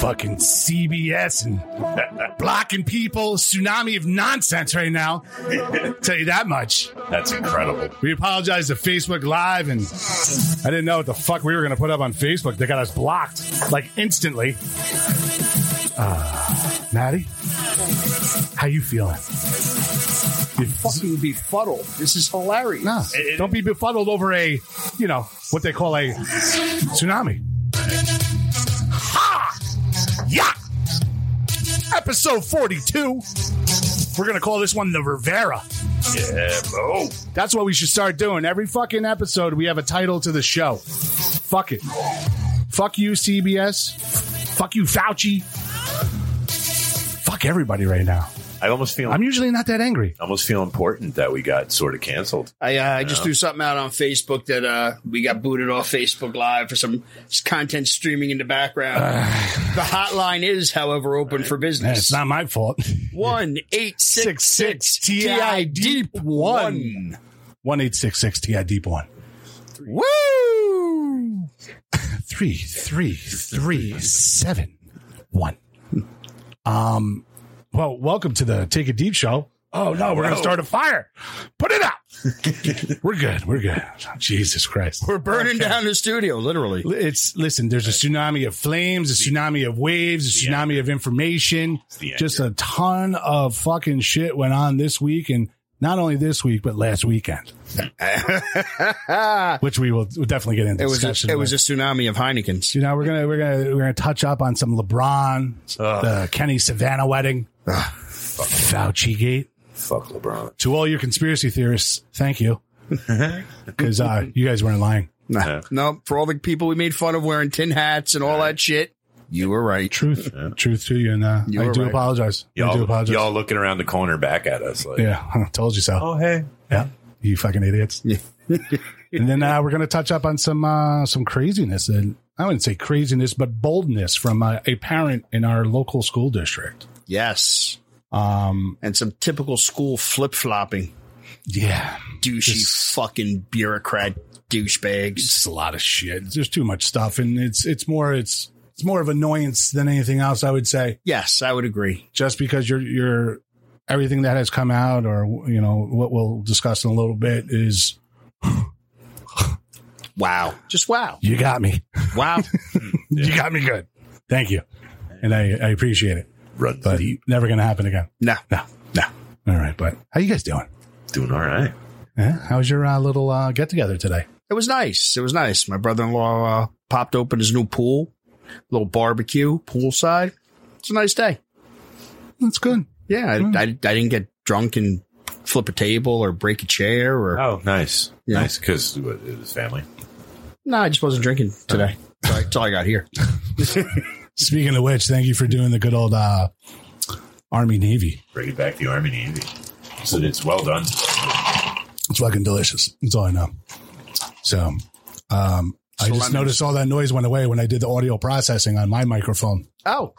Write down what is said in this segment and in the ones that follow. fucking CBS and blocking people. Tsunami of nonsense right now. Tell you that much. That's incredible. We apologize to Facebook Live, and I didn't know what the fuck we were going to put up on Facebook. They got us blocked like instantly. Uh, Maddie, how you feeling? You fucking befuddled. This is hilarious. no, It- it- don't be befuddled over a, you know, what they call a tsunami. Ha! Yeah! Episode 42. We're going to call this one the Rivera. Yeah. Oh, That's what we should start doing. Every fucking episode, we have a title to the show. Fuck it. Fuck you, CBS. Fuck you, Fauci. Fuck everybody right now. I almost feel I'm usually not that angry. almost feel important that we got sort of canceled. I, uh, I just threw something out on Facebook that uh, we got booted off Facebook Live for some content streaming in the background. the hotline is, however, open for Man, business. it's not my fault. One eight six six TI deep one. One eight six six TI deep one. Woo! three three three seven one. Um. Well, welcome to the Take a Deep Show. Oh no, we're gonna start a fire. Put it out. we're good. We're good. Jesus Christ. We're burning down the studio, literally. It's listen. There's a tsunami of flames, a tsunami of waves, a tsunami of information. the Just a ton of fucking shit went on this week, and not only this week, but last weekend, which we will we'll definitely get into. It was discussion a, it was a with. tsunami of Heinekens. you know we're gonna we're gonna we're gonna touch up on some LeBron, the Kenny Savannah wedding, Fauci gate. Fuck LeBron. To all your conspiracy theorists, thank you, because uh, you guys weren't lying. No, Yeah. no, for all the people we made fun of wearing tin hats and all that shit, you were right. Truth, truth to you, and uh, You I were do right. apologize. I do Y'all, apologize. y'all looking around the corner back at us like, Yeah, told you so. oh hey, Yeah, you fucking idiots. Yeah. and then uh, we're going to touch up on some uh, some craziness, and I wouldn't say craziness, but boldness from uh, a parent in our local school district. Yes. Um, And some typical school flip flopping, yeah, douchey fucking bureaucrat douchebags. it's a lot of shit. There's too much stuff, and it's it's more it's it's more of annoyance than anything else. I would say Yes, I would agree. just because you're you're everything that has come out, or you know what we'll discuss in a little bit is Wow. Just wow. you got me, Wow. you got me good. Thank you, and I I appreciate it, run but deep, never going to happen again. no. No, no. All right, but how you guys doing? doing all right. Eh? How was your uh, little uh, get together today? It was nice. It was nice. My brother in law uh, popped open his new pool, little barbecue poolside. It's a nice day. That's good. Yeah. I, I, I didn't get drunk and flip a table or break a chair or. Oh, nice, Yeah. nice because it was family. No, I just wasn't drinking today. That's all I- That's all I got here. Speaking of which, thank you for doing the good old uh, Army Navy. Bringing back the Army Navy. So it's well done. It's fucking delicious. That's all I know. So, um, I So just lemons. noticed all that noise went away when I did the audio processing on my microphone. Oh,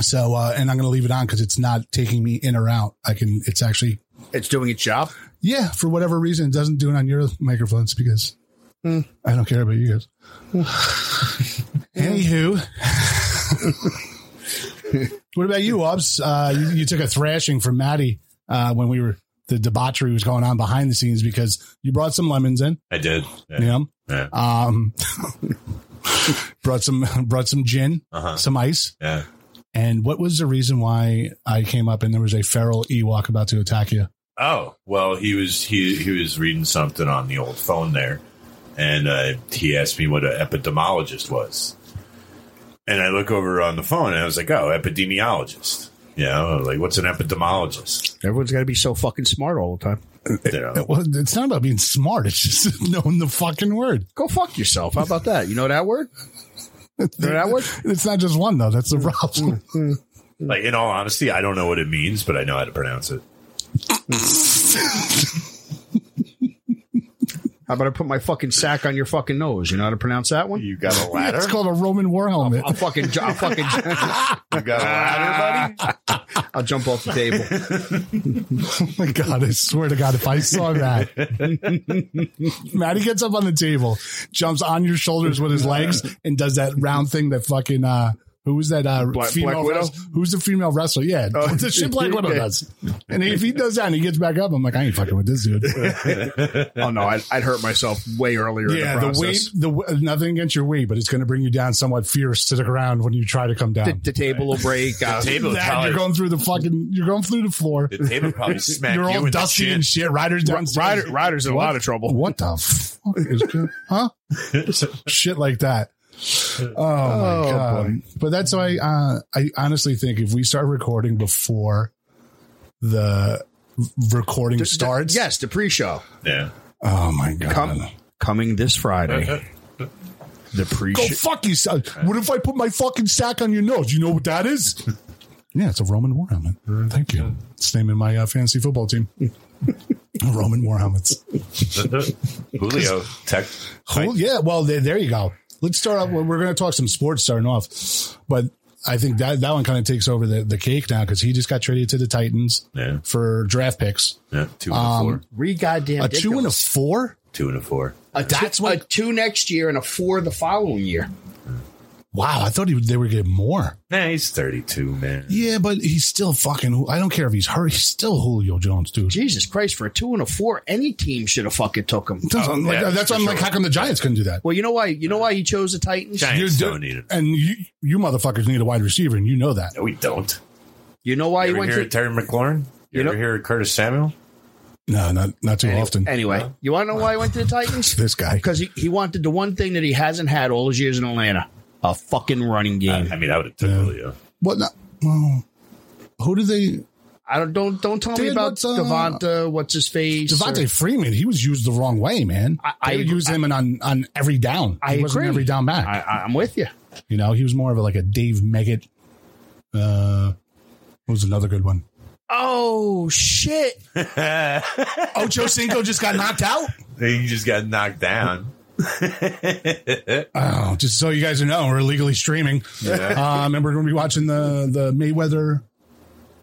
So, uh, and I'm going to leave it on because it's not taking me in or out. I can. It's actually it's doing its job. Yeah, for whatever reason, it doesn't do it on your microphones because I don't care about you guys. Anywho, What about you, Ubs? Uh, you, you took a thrashing from Maddie uh, when we were the debauchery was going on behind the scenes because you brought some lemons in. I did. Yeah. Yeah. Yeah. Um, brought some brought some gin, Uh-huh. some ice. yeah. And what was the reason why I came up and there was a feral Ewok about to attack you? Oh well, he was he he was reading something on the old phone there, and uh, he asked me what an epidemiologist was, and I look over on the phone and I was like, oh, epidemiologist. You know, like what's an epidemiologist? Everyone's got to be so fucking smart all the time. You know? Well, it's not about being smart. It's just knowing the fucking word. Go fuck yourself. How about that? You know that word? You know that word? It's not just one though. That's the problem. Like in all honesty, I don't know what it means, but I know how to pronounce it. How about I put my fucking sack on your fucking nose? You know how to pronounce that one? You got a ladder? It's called a Roman war helmet. I'll fucking, ju- I'll fucking, you got a ladder, buddy? I'll jump off the table. Oh my god! I swear to God, if I saw that, Maddie gets up on the table, jumps on your shoulders with his legs, and does that round thing that fucking uh, who was that uh, Black- female Black Widow? Oh, wrestler? Who's the female wrestler? Yeah, the shit Black Widow yeah. does. And if he does that and he gets back up, I'm like, I ain't fucking with this dude. Oh no, I'd, I'd hurt myself way earlier. in yeah, the, the, process. weight, the w- nothing against your weight, but it's going to bring you down somewhat fierce to the ground when you try to come down. The, the table will break. Uh, table That, probably- you're going through the fucking, you're going through the floor. The table probably smacked You're you all in the dusty chin. and shit. Riders down. Ryder, Ryder's in a lot of trouble. What the fuck is good? Huh? Shit like that. Oh, my Oh, god! boy. But that's why uh, I honestly think if we start recording before the recording starts, Yes, the pre-show Yeah. Oh my god! Come- coming this Friday. The Go pre-show. fuck you! son. What if I put my fucking sack on your nose? You know what that is? yeah, it's a Roman war helmet. Thank you. It's the name of my uh, fantasy football team. Roman war helmets. Julio Tech. Cool. Yeah. Well, there, there you go. Let's start off. We're going to talk some sports starting off, but I think that that one kind of takes over the, the cake now because he just got traded to the Titans Yeah. for draft picks. Yeah, two and Um, a four. Re goddamn A two and a four. Two and a four. a that's that's what- a two next year and a four the following year. Wow, I thought he would, they were getting more. Nah, he's 32, man. Yeah, but he's still fucking. I don't care if he's hurt. He's still Julio Jones, dude. Jesus Christ, for a two and a four, any team should have fucking took him. Doesn't- like, yeah, that's why I'm like, how come the Giants couldn't do that? Well, you know why? You know why he chose the Titans? You Giants do- don't need it. And you, you motherfuckers need a wide receiver, and you know that. No, we don't. You know why You he ever went hear of to? Terry McLaurin? You, You ever know- hear of Curtis Samuel? No, not not too often. Anyway, you want to know why he went to the Titans? this guy. Because he, he wanted the one thing that he hasn't had all his years in Atlanta: a fucking running game. I mean, I would have took Julio. What? Not, well, who did they? I don't don't don't tell me Dude, about what's, uh, Devonta. What's his face? Devontae or- Freeman, he was used the wrong way, man. I- I they agree- used him in on on every down. I he wasn't agree. every down back. I, I- I'm with you. you know, he was more of a, like a Dave Meggett. Uh, what was another good one? Oh shit! Ocho Cinco just got knocked out. He just got knocked down. Oh, just so you guys know, we're legally streaming. Um, and we're going to be watching the the Mayweather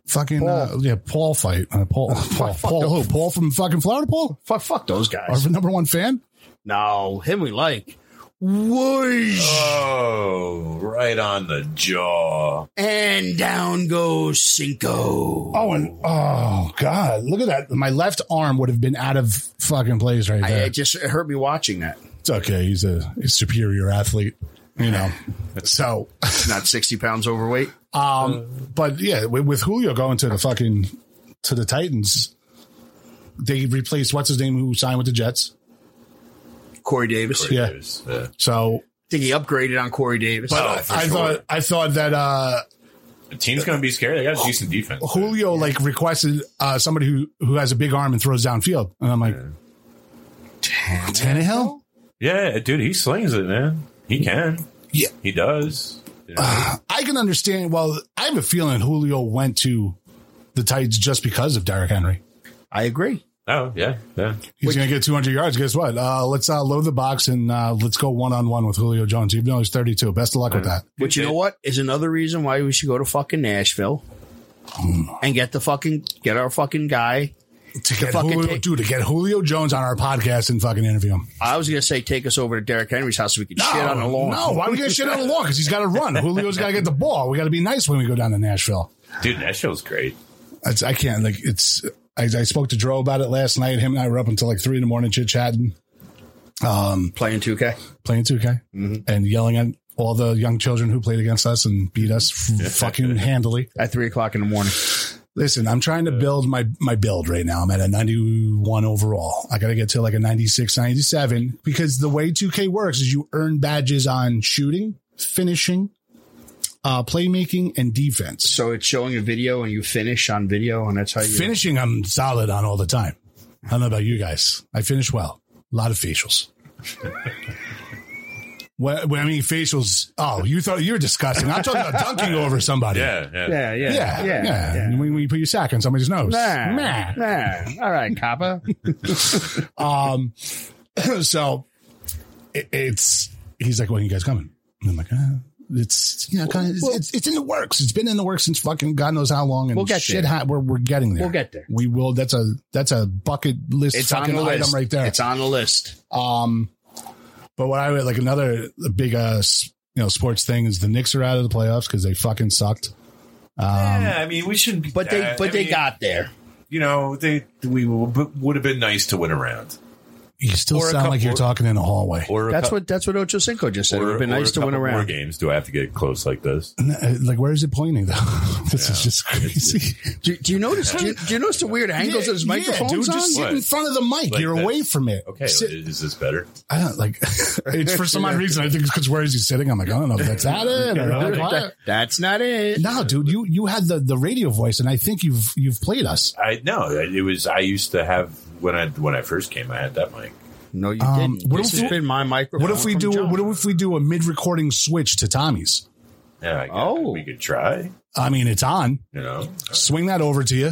fucking Uh, yeah Paul fight. Uh, Paul Paul Paul who? Paul from fucking Florida Paul, Fuck fuck those our guys. number one fan. No, him we like. Uh, Whoosh. Oh, right on the jaw. And down goes Cinco. Oh, and oh god, look at that! My left arm would have been out of fucking place right I, there. it just it hurt me watching that. it's okay. He's a, he's a superior athlete, you know. So, It's not 60 pounds overweight. um, but yeah, with, with Julio going to the fucking to the Titans, they replaced what's his name who signed with the Jets. Corey Davis. Yeah. It was, uh, So I think he upgraded on Corey Davis. Well, Oh, for I sure. thought I thought that uh, the team's going to be scared. They got Uh, a decent defense. Julio like requested uh, somebody who who has a big arm and throws downfield, and I'm like, Tannehill. Yeah, dude, he slings it, man. He can. Yeah. He does. Yeah. I can understand. Well, I have a feeling Julio went to the Titans just because of Derrick Henry. I agree. oh, yeah. Yeah. He's going to get 200 yards. Guess what? Uh, let's uh, load the box and uh, let's go one on one with Julio Jones, even though he's 32. Best of luck with that. But you know what is another reason why we should go to fucking Nashville and get the fucking get our fucking guy to get fucking Julio, take- dude, to get Julio Jones on our podcast and fucking interview him. I was gonna say take us over to Derrick Henry's house so we could shit on the lawn. No, why we got shit on the lawn? Because he's got to run. Julio's got to get the ball. We got to be nice when we go down to Nashville. Dude, that show's great. It's, I can't like it's. I, I spoke to Dro about it last night. Him and I were up until like three in the morning chit chatting, playing 2K. playing 2K, and yelling at all the young children who played against us and beat us f- fucking handily. at three o'clock in the morning. Listen, I'm trying to build my my build right now. I'm at a 91 overall. I got to get to like a 96, 97 because the way 2K works is you earn badges on shooting, finishing, uh playmaking and defense. So it's showing a video and you finish on video, and that's how you Finishing I'm solid on all the time. I don't know about you guys. I finish well. A lot of facials. well, well, I mean facials. Oh, you thought you were disgusting. I'm talking about dunking over somebody. Yeah, yeah. Yeah, yeah, Yeah, yeah, When, when you put your sack on somebody's nose, Meh. Nah, nah. All right, Kappa. Um, so it, it's he's like, "When are you guys coming?" And I'm like, uh, "It's you know, kind of, it's, it's in the works. It's been in the works since fucking God knows how long." And We'll get shit. there. Ha- we're we're getting there. We'll get there. We will. That's a that's a bucket list It's on fucking the item list. right there. It's on the list. um, but what I would like another big uh s- you know sports thing is the Knicks are out of the playoffs because they fucking sucked. yeah, I mean, we shouldn't. Be Um, But they, that- but I they mean, got there. You know, they we w- would have been nice to win around. You still Or a sound like couple- you're talking in a hallway. Or a That's cou- what that's what Ocho Cinco just said. It would have been or nice a to win Mm-hmm. couple More around. games. Do I have to get close like this? N- uh, Like, where is it pointing though? this is just crazy. Do, do you notice? Do you, do you notice the weird angles of his Yeah, microphones dude, on? Just sit in What? front of the mic. Like You're that. away from it. Okay, Sit- is this better? I don't like. it's for some odd reason. I think it's because where is he sitting? I'm like, I don't know if that's at it. Or what. that's not it. No, dude, you you had the the radio voice, and I think you've you've played us. I no, it was. I used to have when I when I first came. I had that mic. No, you Um, didn't. what This if has we- been my microphone. What if we from do? John. What if we do a mid recording switch to Tommy's? Yeah, I could- Oh. we could try. I mean, it's on. You know, Swing that over to you.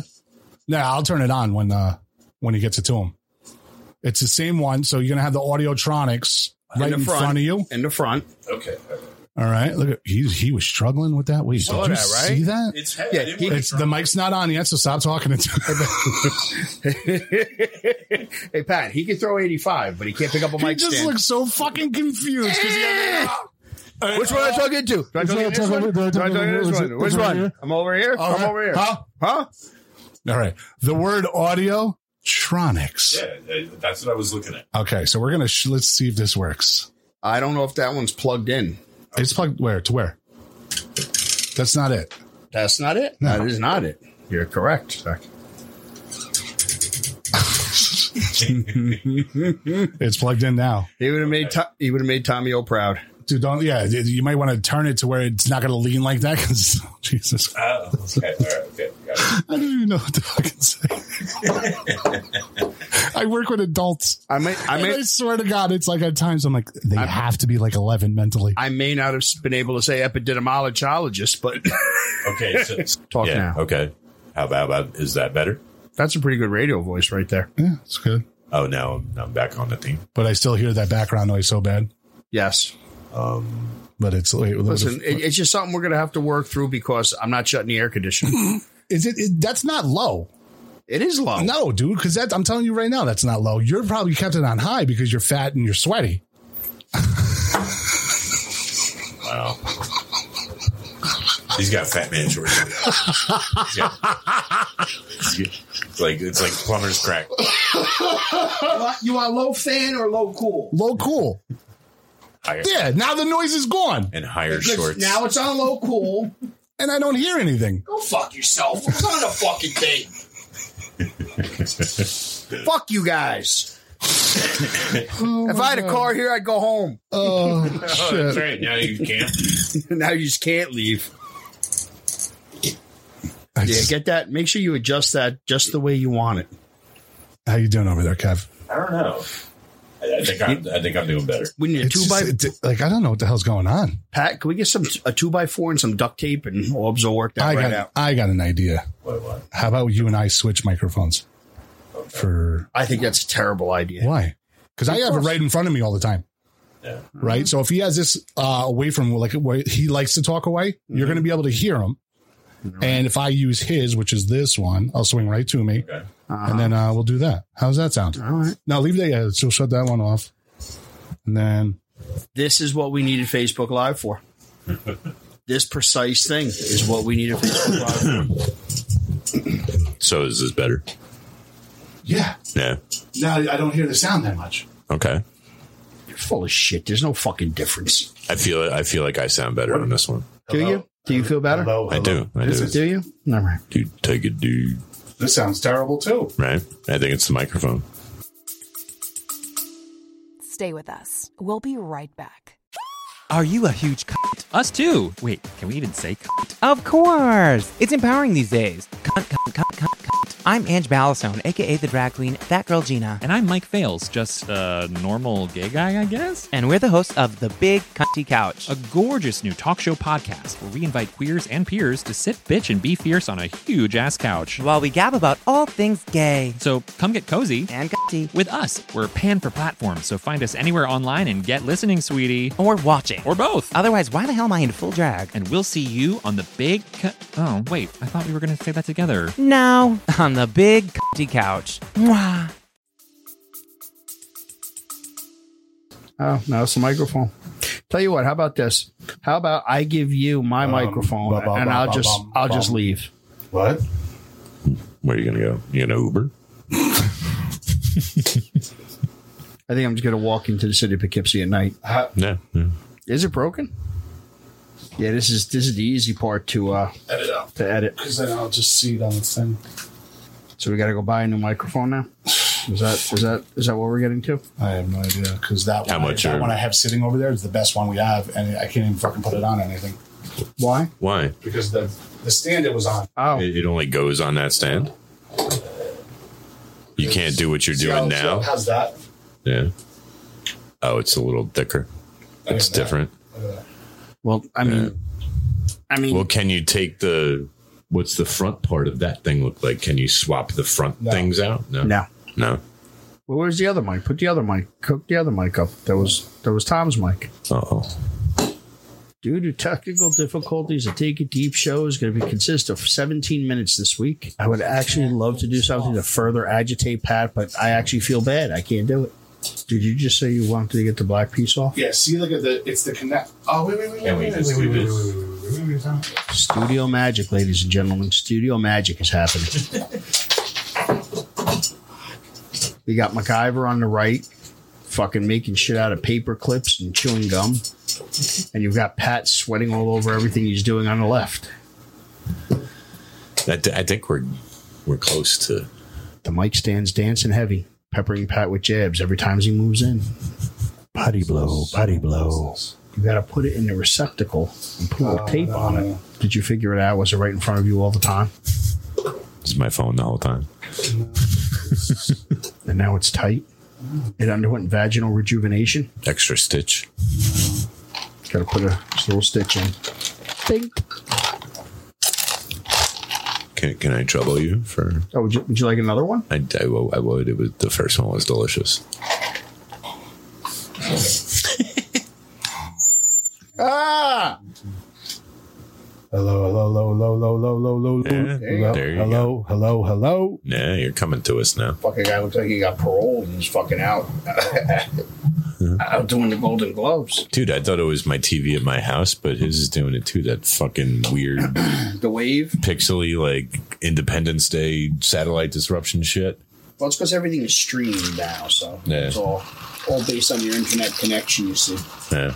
No, I'll turn it on when uh when he gets it to him. It's the same one, so you're gonna have the Audiotronics right in, the front. front of you. in the front? okay. All right, look, at, he he was struggling with that. Wait, did saw you that, right? see that? It's Yeah, I didn't he- wanna It's try. the mic's not on yet, so stop talking. Hey Pat, he can throw eighty five, but he can't pick up a he mic just stand. looks so fucking confused. 'cause he- Which one am I talking to? Do I talk to this one? Do I talk to this one? Which one? I'm over here. All I'm right. over here. Huh? Huh? All right. The word audio tronics. Yeah, uh, that's what I was looking at. Okay, so we're gonna sh- let's see if this works. I don't know if that one's plugged in. It's plugged where to where. That's not it. That's not it. No, that is not it. You're correct. Zach. It's plugged in now, He would have made to- he would have made Tommy O proud. dude. Don't yeah. You you might want to turn it to where it's not gonna lean like that because Jesus, Oh, okay, all right, okay. got it. I don't even know what to fucking say. I work with adults. I may I I, may I swear to God, it's like at times I'm like they have to be like 11 mentally. I may not have been able to say epidemiologist, but Okay, so, talk yeah, now. okay. How about, about is that better? That's a pretty good radio voice right there. yeah, it's good. Oh, now I'm, I'm back on the theme. But I still hear that background noise so bad. Yes. But it's wait, what Listen, the f- it, it's just something we're going to have to work through because I'm not shutting the air conditioning. is it, it- That's not low. it is low. No, dude, because that I'm telling you right now, that's not low. You're probably kept it on high because you're fat and you're sweaty. Wow. He's got fat man shorts. He's got- he's got- it's like it's like plumber's crack. You are low fan or low cool? Low cool. Higher Yeah, now the noise is gone, and higher shorts. it's on low cool. and I don't hear anything. Go fuck yourself. It's on a fucking date. fuck you guys. if I had a car here, I'd go home. Oh That's shit! right. Now you can't. now you just can't leave. Yeah, get that. Make sure you adjust that just the way you want it. How you doing over there, Kev? I don't know. I, I think I'm, I think I'm doing better. We need a It's two just- by it- like I don't know what the hell's going on. Pat, can we get some a two by four and some duct tape and orbs will work that I right got out. I got an idea. What, what? How about you and I switch microphones for I think that's a terrible idea. Why? Because I have it right in front of me all the time. Yeah. Right. Mm-hmm. So if he has this uh, away from like where he likes to talk away, you're going to be able to hear him. And if I use his, which is this one, I'll swing right to me. And then uh, we'll do that. How's that sound? All right. Now leave that. Yeah, so shut that one off. And then This is what we needed Facebook Live for. this precise thing is what we needed Facebook Live for. So is this better? yeah, Yeah. now I don't hear the sound that much. Okay. You're full of shit. There's no fucking difference. I feel I feel like I sound better on this one. Do you? Do you feel better? Hello, I hello. do. I This do. is- Do you? All right. Dude, take it, dude. This sounds terrible too. Right? I think it's the microphone. Stay with us. We'll be right back. Are you a huge cunt? Us too. Wait, can we even say cunt? Of course. It's empowering these days. Cunt, cunt, cunt, cunt, cunt. I'm Ange Ballastone, aka the drag queen, that girl Gina. And I'm Mike Fales, just a normal gay guy, I guess? And we're the hosts of The Big Cunty Couch. A gorgeous new talk show podcast where we invite queers and peers to sit, bitch, and be fierce on a huge ass couch. While we gab about all things gay So come get cozy and cunty. with us. We're pan for platforms, so find us anywhere online and get listening, sweetie. Or watching. Or both. Otherwise, why the hell am I in full drag? And we'll see you on the big. Cu- oh, wait, I thought we were going to say that together. Now, on The Big Cunty Couch. Mwah. Oh, now it's the microphone. Tell you what, how about this? How about I give you my Um, microphone bum, bum, and I'll bum, just bum, I'll just bum. leave. What? Where are you gonna go? You gonna Uber? I think I'm just gonna walk into the city of Poughkeepsie at night. No. no. Is it broken? Yeah, this is this is the easy part to uh Edit out to edit. because then I'll just see it on the thing. So we gotta go buy a new microphone now. Is that is that is that what we're getting to? I have no idea because that How one, much that are- one I have sitting over there is the best one we have, and I can't even fucking put it on anything Why? Why? because the the stand it was on. Oh, It, it only goes on that stand. You can't do what you're See how- doing see now. How's that? Yeah. Oh, it's a little thicker. It's Look at that. different. well, I mean, I mean, Well, can you take the what's the front part of that thing look like? Can you swap the front things out? No. no. No. Well, where's the other mic? Put the other mic. Cook the other mic up. That was that was Tom's mic. Oh. Due to technical difficulties, the Take a Deep show is going to be consist of 17 minutes this week. I would actually love to do something to further agitate Pat, but I actually feel bad. I can't do it. Did you just say you wanted to get the black piece off? Yeah, see, look at the it's the connect. Oh wait, wait, wait, Can we wait, wait, just wait, do wait, this? wait, wait, wait, wait, wait, wait, wait. Studio magic, ladies and gentlemen. Studio magic is happening. we got MacGyver on the right, fucking making shit out of paper clips and chewing gum. And you've got Pat sweating all over everything he's doing on the left. I, th- I think we're we're close to The mic stands dancing heavy, peppering Pat with jabs every time he moves in. Body blow, body blow. You got to put it in the receptacle and put a little tape on it. Did you figure it out? Was it right in front of you all the time? this is my phone the whole time. And now it's tight. It underwent vaginal rejuvenation. Extra stitch. Got to put a just a little stitch in. Can can I trouble you for? Oh, would you, would you like another one? I I, wo- I would. It was the first one was delicious. Ah! Hello, hello, hello, hello, hello, hello, hello, hello, Yeah, hello, there you hello, hello, hello. Yeah, you're coming to us now. Fucking guy looks like he got paroled and is fucking out. out doing the Golden Globes. Dude, I thought it was my TV at my house, but his is doing it too. That fucking weird The wave. pixely like Independence Day satellite disruption shit. Well, it's because everything is streamed now, so Yeah. it's all all based on your internet connection. You see, Yeah,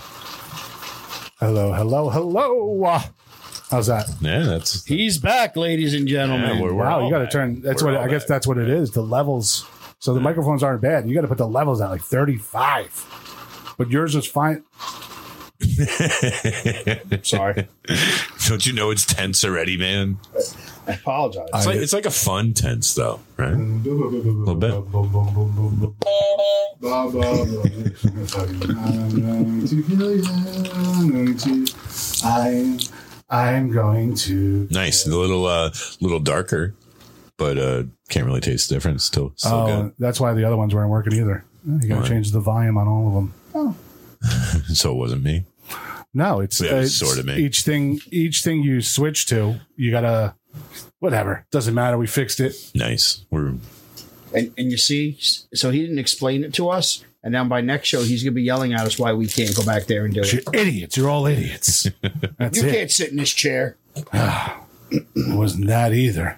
Hello, hello, hello. How's that? yeah, that's he's back, ladies and gentlemen. yeah, we're, we're Wow, all you got to back. turn. That's We're what all I guess. back. That's what it is. The levels. So the microphones aren't bad. You got to put the levels at like thirty-five, but yours is fine. Sorry, Don't you know it's tense already, man? I apologize. It's like it's like a fun tense though, right? A little bit. I'm, I'm going to. Nice, a little uh, little darker, but uh, can't really taste the difference. Still, still Oh, that's why the other ones weren't working either. You got to Right. change the volume on all of them. good. So it wasn't me. No, it's, Yeah, it's sorta me. each thing. Each thing you switch to, you gotta whatever. Doesn't matter. We fixed it. Nice. We're And, and you see, so he didn't explain it to us. And now by next show, he's going to be yelling at us why we can't go back there and do You're it. idiots. You're all idiots. That's You it. can't sit in this chair. It wasn't that either.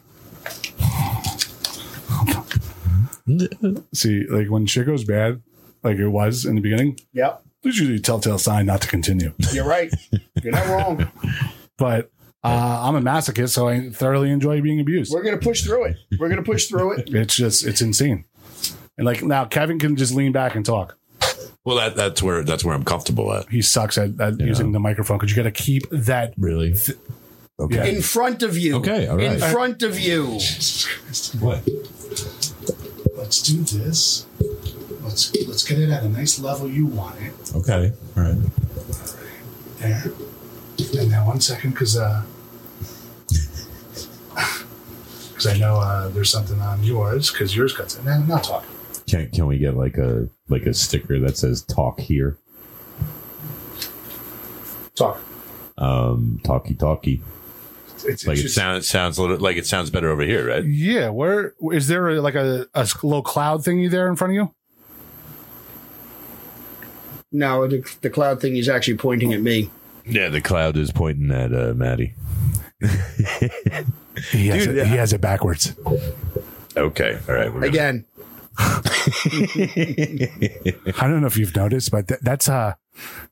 See, like when shit goes bad, like it was in the beginning, Yep. there's usually a telltale sign not to continue. You're right. You're not wrong. But uh, I'm a masochist, so I thoroughly enjoy being abused. We're going to push through it. We're going to push through it. It's just, it's insane. And like now, Kevin can just lean back and talk. well. That that's where that's where I'm comfortable at. He sucks at, at using the microphone because you got to keep that. Really? Okay. In front of you. Okay, all In right. front of you. What? Let's do this. Let's let's get it at a nice level you want it. Okay. All right. there. And now one second, because uh, because I know uh, there's something on yours, because yours got to. No, not talking. Can can we get like a like a sticker that says "Talk here"? Talk. Um, talky talky. It's, Like it's it just- sounds sounds a little like it sounds better over here, right? yeah. Where is there a, like a, a little cloud thingy there in front of you? No, the, the cloud thing is actually pointing at me. Yeah, the cloud is pointing at uh, Maddie. He has, Dude, it, he has it backwards. Okay. All right. We're gonna- Again, I don't know if you've noticed, but th- that's a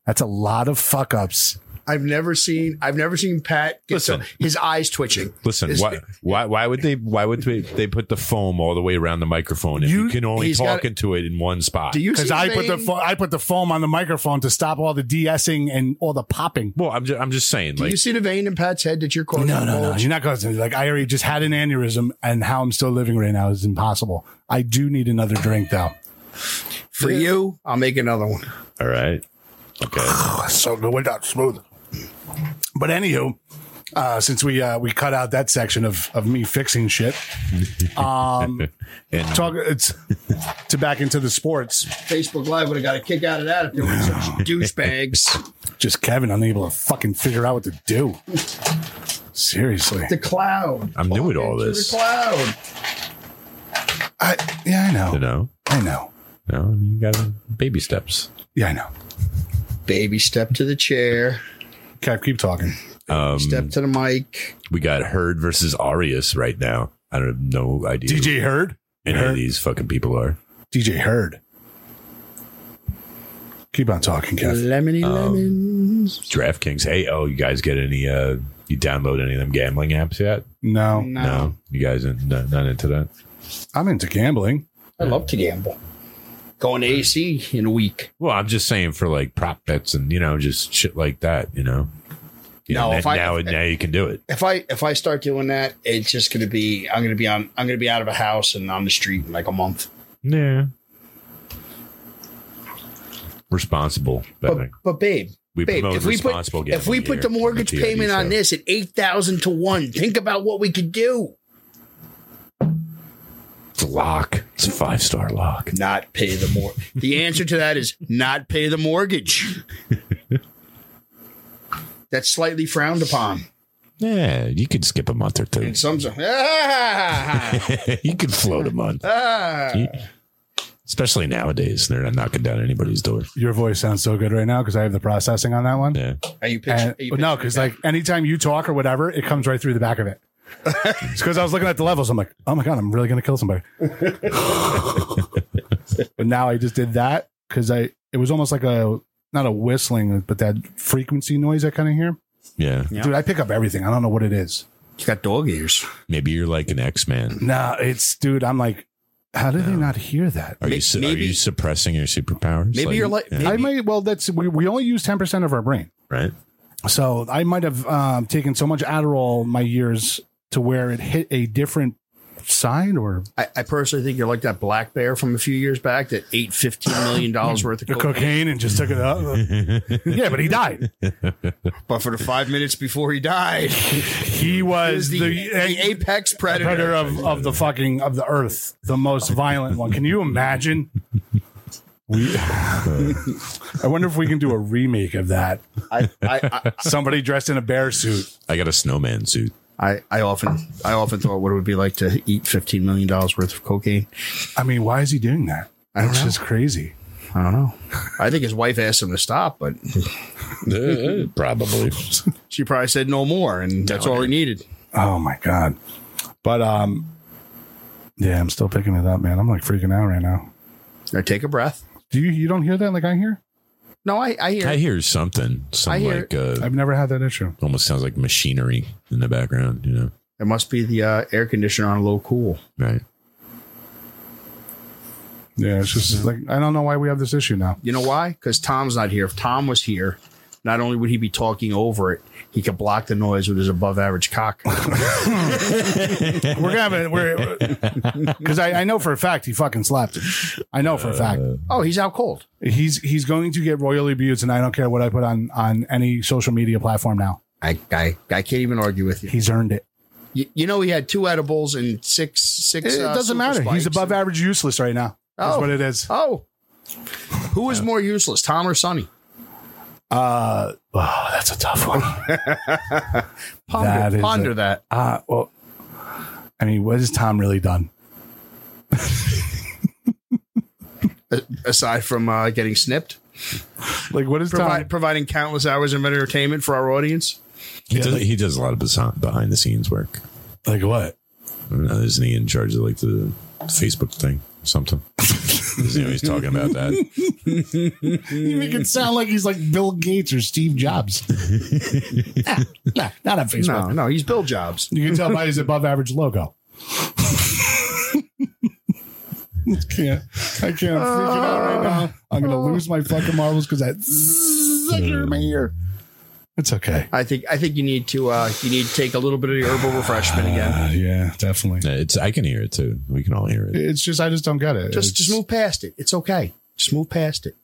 that's a lot of fuck ups. I've never seen I've never seen Pat get so, Listen. his eyes twitching. Listen, It's- why, why why would they why would they, they put the foam all the way around the microphone if you, You- can only he's talk got- into it in one spot? Do you see Because I put the thing- fo- I put the foam on the microphone to stop all the de-essing and all the popping. well, I'm just, I'm just saying, Do like you see the vein in Pat's head that you're causing? No, no, no. bulge? You're not going to. Like, I already just had an aneurysm, and how I'm still living right now is impossible. I do need another drink, though. For you, I'll make another one. all right, okay, so good. Went out smooth. But anywho, uh, since we uh, we cut out that section of of me fixing shit, um, and talk it's to back into the sports. Facebook Live would have got a kick out of that if there were such douchebags. Just Kevin unable to fucking figure out what to do. Seriously, The cloud. I'm new at all To this. The cloud. I yeah, I You know, know, I know, no, I mean, you got to baby steps. yeah, I know. Baby step to the chair. Kev, keep talking. step to the mic. Um, We got Herd versus Arius right now. I don't have no idea who DJ Heard. any of these fucking people are. DJ Heard. Keep on talking, Kev. Lemony um, lemons. DraftKings. Hey, oh, you guys get any? uh You download any of them gambling apps yet? No, No. No, you guys in, no, not into that. I'm into gambling. I love to gamble. Going to AC in a week. Well, I'm just saying for like prop bets and you know just shit like that. You know, you No, know, if now, I- now now you can do it. If I if I start doing that, it's just gonna be I'm gonna be on I'm gonna be out of a house and on the street in like a month. Yeah. Responsible But betting. but babe, We babe, promote if we put responsible if we gambling put the here mortgage on the PRD payment on show. this at eight thousand to one, think about what we could do. It's a lock. It's a five star lock. Not pay the mor. the answer to that is not pay the mortgage. That's slightly frowned upon. Yeah, you can skip a month or two. In some ah, you can float a month, ah. especially nowadays. They're not knocking down anybody's door. Your voice sounds so good right now because I have the processing on that one. Yeah. Are you picturing? And, no, because like anytime you talk or whatever, it comes right through the back of it. it's because I was looking at the levels. I'm like, oh my god, I'm really gonna kill somebody. but now I just did that because I it was almost like a not a whistling, but that frequency noise I kind of hear. Yeah. Dude, I pick up everything. I don't know what it is. you got dog ears. Maybe you're like an X Man. Nah, it's dude. I'm like, how did they not hear that? Are May- you su- are maybe- you suppressing your superpowers? Maybe you're like- yeah, I might. Well, that's we, we only use ten percent of our brain, right. so I might have um, taken so much Adderall my years to where it hit a different side or I, I personally think you're like that black bear from a few years back that ate fifteen million dollars worth of the cocaine. cocaine and just took it up. yeah, but he died. But for the five minutes before he died, He was the, the, the apex predator. predator of, of the fucking of the earth, the most violent one. Can you imagine? We, I wonder if we can do a remake of that. I, I, Somebody dressed in a bear suit. I got a snowman suit. I, I often I often thought what it would be like to eat fifteen million dollars worth of cocaine. I mean, why is he doing that? I don't That's know. just crazy. I don't know. I think his wife asked him to stop, but Eh, Probably. she probably said no more, and that's all he needed. Oh my god. But um yeah, I'm still picking it up, man. I'm like freaking out right now. Now take a breath. Do you you don't hear that like I hear? No, I, I hear. I hear something. Some I hear- like uh, I've never had that issue. almost sounds like machinery in the background. You know, it must be the uh, air conditioner on low cool. right? Yeah, it's just like I don't know why we have this issue now. You know why? Because Tom's not here. If Tom was here, not only would he be talking over it, he could block the noise with his above average cock. We're gonna have it we're because I, I know for a fact he fucking slept. I know for a fact. oh, he's out cold. He's he's going to get royally abused and I don't care what I put on on any social media platform now. I, I, I can't even argue with you. He's earned it. you. You know, he had two edibles and six, six. It, uh, doesn't super matter. He's spikes. above average useless right now. That's Oh. what it is. Oh. Who is more useless, Tom or Sonny? Uh oh, that's a tough one. Ponder That that. is Ponder a- that. Uh, well, I mean, what has Tom really done? Aside from uh, getting snipped, Like, what is Provide, Tom? providing countless hours of entertainment for our audience. He does. he does a lot of besi- behind the scenes work. Like, what? I don't know, isn't he in charge of like the Facebook thing or something? isn't he always talking about that? You make it sound like he's like Bill Gates or Steve Jobs. nah, nah, not on Facebook. No, no, he's Bill Jobs. You can tell by his above average logo. can't, I can't. I'm freaking out right now. I'm going to lose my fucking marbles because that zzzzer in my ear. It's okay. I think I think you need to uh, you need to take a little bit of the herbal refreshment again. Uh, yeah, definitely. Yeah, It's I can hear it too. We can all hear it. It's just, I just don't get it. Just It's- just move past it. It's okay. Just move past it.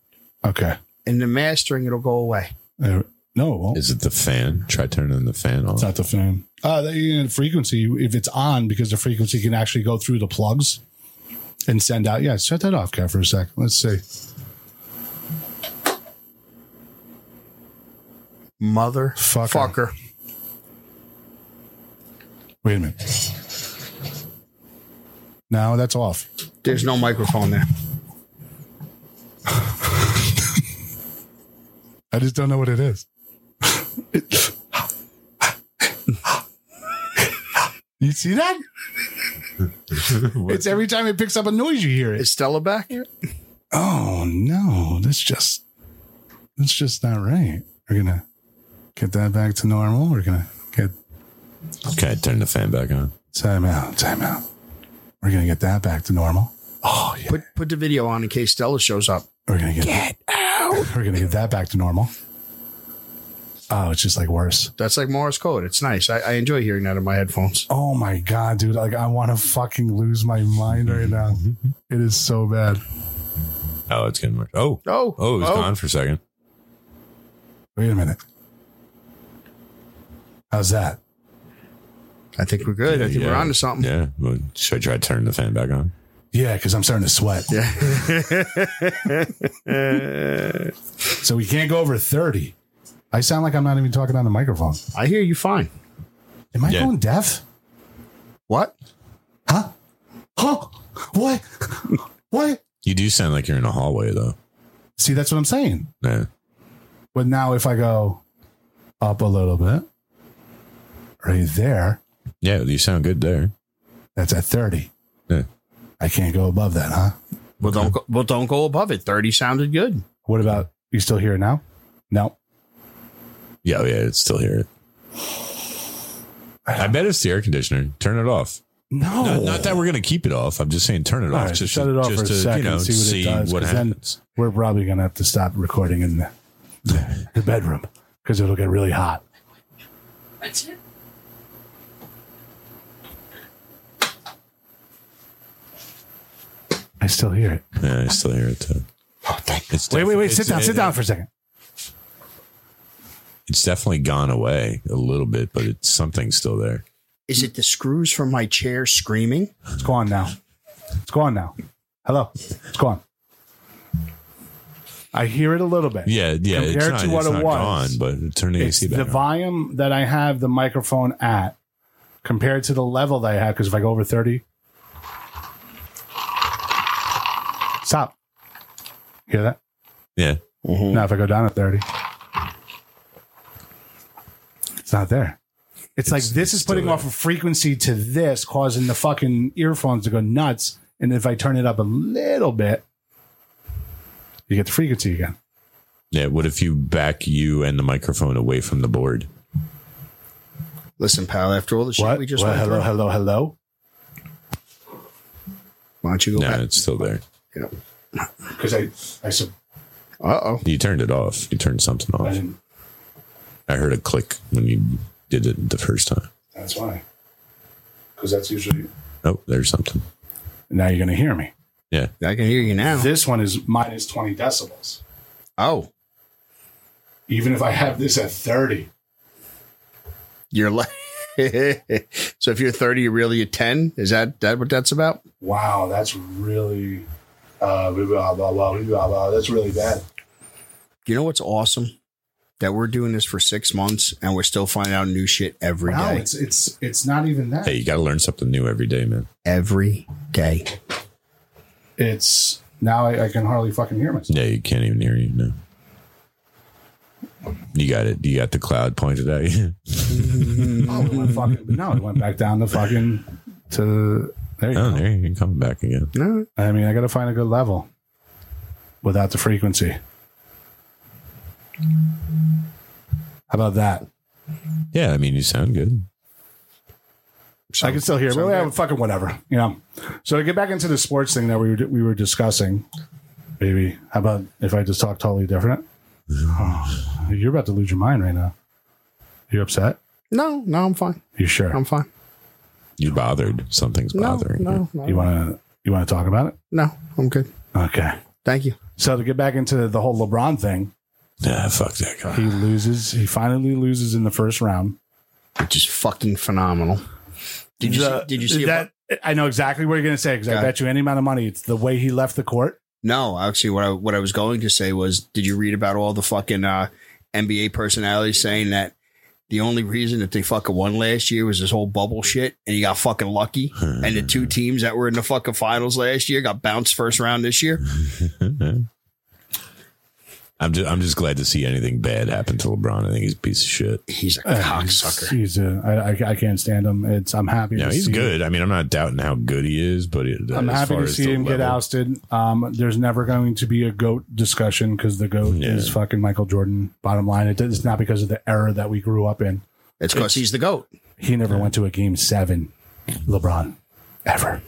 Okay. And the mastering it'll go away. Uh, no, it won't. Is it the fan? Try turning the fan off. It's not the fan. Uh, the you know, frequency, if it's on, because the frequency can actually go through the plugs and send out. Yeah, shut that off, Kev, for a sec. Let's see. Mother Fucker. fucker. Wait a minute. No, that's off. There's no microphone there. I just don't know what it is. you see that? it's every time it picks up a noise, you hear it. Is Stella back? Oh no, that's just that's just not right. We're gonna get that back to normal. We're gonna get Can I turn the fan back on? time out, time out. We're gonna get that back to normal. Oh yeah. Put put the video on in case Stella shows up. We're gonna get, out. We're gonna get that back to normal. Oh, it's just like worse. That's like Morse code. It's nice. I, I enjoy hearing that in my headphones. Oh my god, dude! Like I want to fucking lose my mind right now. It is so bad. Oh, it's getting worse. Oh, Oh, oh, it was oh. gone for a second. Wait a minute. How's that? I think we're good. I think we're Yeah. on to something. Yeah. Well, should I try turning the fan back on? Yeah, because I'm starting to sweat. Yeah. so we can't go over 30. I sound like I'm not even talking on the microphone. I hear you fine. Am I Yeah. going deaf? What? Huh? What? what? You do sound like you're in a hallway though. See, that's what I'm saying. Yeah. But now if I go up a little bit, right there, Yeah, you sound good there. that's at 30. Yeah. I can't go above that, huh? Well, don't go, well, don't go above it. Thirty sounded good. What about you still here now? No. Yeah, oh, yeah, it's still here. I bet it's the air conditioner. Turn it off. No. Not, not that we're going to keep it off. I'm just saying turn it Oh. All off. right, just shut to, it off just for a to, second You know, and see what see it does. what 'cause then happens. we're probably going to have to stop recording in the, the bedroom because it'll get really hot. I still hear it. Yeah, I still hear it too. It's Oh, Wait, wait, defi- wait. Sit it's- uh, down. Sit it- down for a second. It's definitely gone away a little bit, but it's something's still there. Is it the screws from my chair screaming? It's gone now. It's gone now. Hello. It's gone. I hear it a little bit. Yeah, yeah. Compared it's not, to what it's it not was, gone, but turn the It's AC the back on. volume that I have the microphone at compared to the level that I have. Because if I go over 30, stop. Hear that? Yeah. Now, if I go down to 30, it's not there. It's, like this is still putting there. off a frequency to this, causing the fucking earphones to go nuts. And if I turn it up a little bit, you get the frequency again. Yeah. What if you back you and the microphone away from the board? Listen, pal. After all the shit What? we just Well, went hello, through, hello, hello. why don't you go No, back? it's still there. Because I, I said, Uh oh. You turned it off. You turned something I off. didn't- I heard a click when you did it the first time. that's why. Because that's usually. Oh, there's something. Now you're going to hear me. Yeah. I can hear you now. This one is minus 20 decibels. Oh, Even if I have this at 30, you're like. so if you're 30, you're really at 10. Is that that what that's about? wow, that's really. Uh, blah, blah, blah, blah, blah, that's really bad. You know what's awesome? That we're doing this for six months and we're still finding out new shit every day. No, it's it's it's not even that. Hey, you got to learn something new every day, man. every day. It's now I, I can hardly fucking hear myself. Yeah, you can't even hear you now. You got it. You got the cloud pointed at you. Oh, it went fucking, no, it went back down to fucking to there you oh, go. there you can come back again. No, I mean, I got to find a good level without the frequency. How about that? Yeah, I mean, you sound good. I can still hear, it, but yeah, fucking whatever, you know. So to get back into the sports thing that we were we were discussing, baby, how about if I just talk totally different? Oh, you're about to lose your mind right now. You upset? no, no, I'm fine. You sure? I'm fine. You bothered. Something's No, bothering you. no, no, you want to you want to talk about it? no, I'm good. Okay. Thank you. So to get back into the whole LeBron thing, Nah, fuck that he guy. loses. He finally loses in the first round. Which is fucking phenomenal. Did you The- see, did you see that? I know exactly what you're going to say because I Okay. bet you any amount of money it's the way he left the court. No, actually, what I what I was going to say was, did you read about all the fucking uh, NBA personalities saying that the only reason that they fucking won last year was this whole bubble shit, and you got fucking lucky, and the two teams that were in the fucking finals last year got bounced first round this year. I'm just, I'm just glad to see anything bad happen to LeBron. I think he's a piece of shit. He's a Uh, He's, cocksucker. he's a, I, I, I can't stand him. It's I'm happy. No, to he's see- good. I mean, I'm not doubting how good he is, but it, I'm as happy far to as see the him get level- ousted. Um, there's never going to be a goat discussion because the goat Yeah. is fucking Michael Jordan. Bottom line, it, it's not because of the era that we grew up in. It's because he's the goat. He never went to a game seven, LeBron, ever.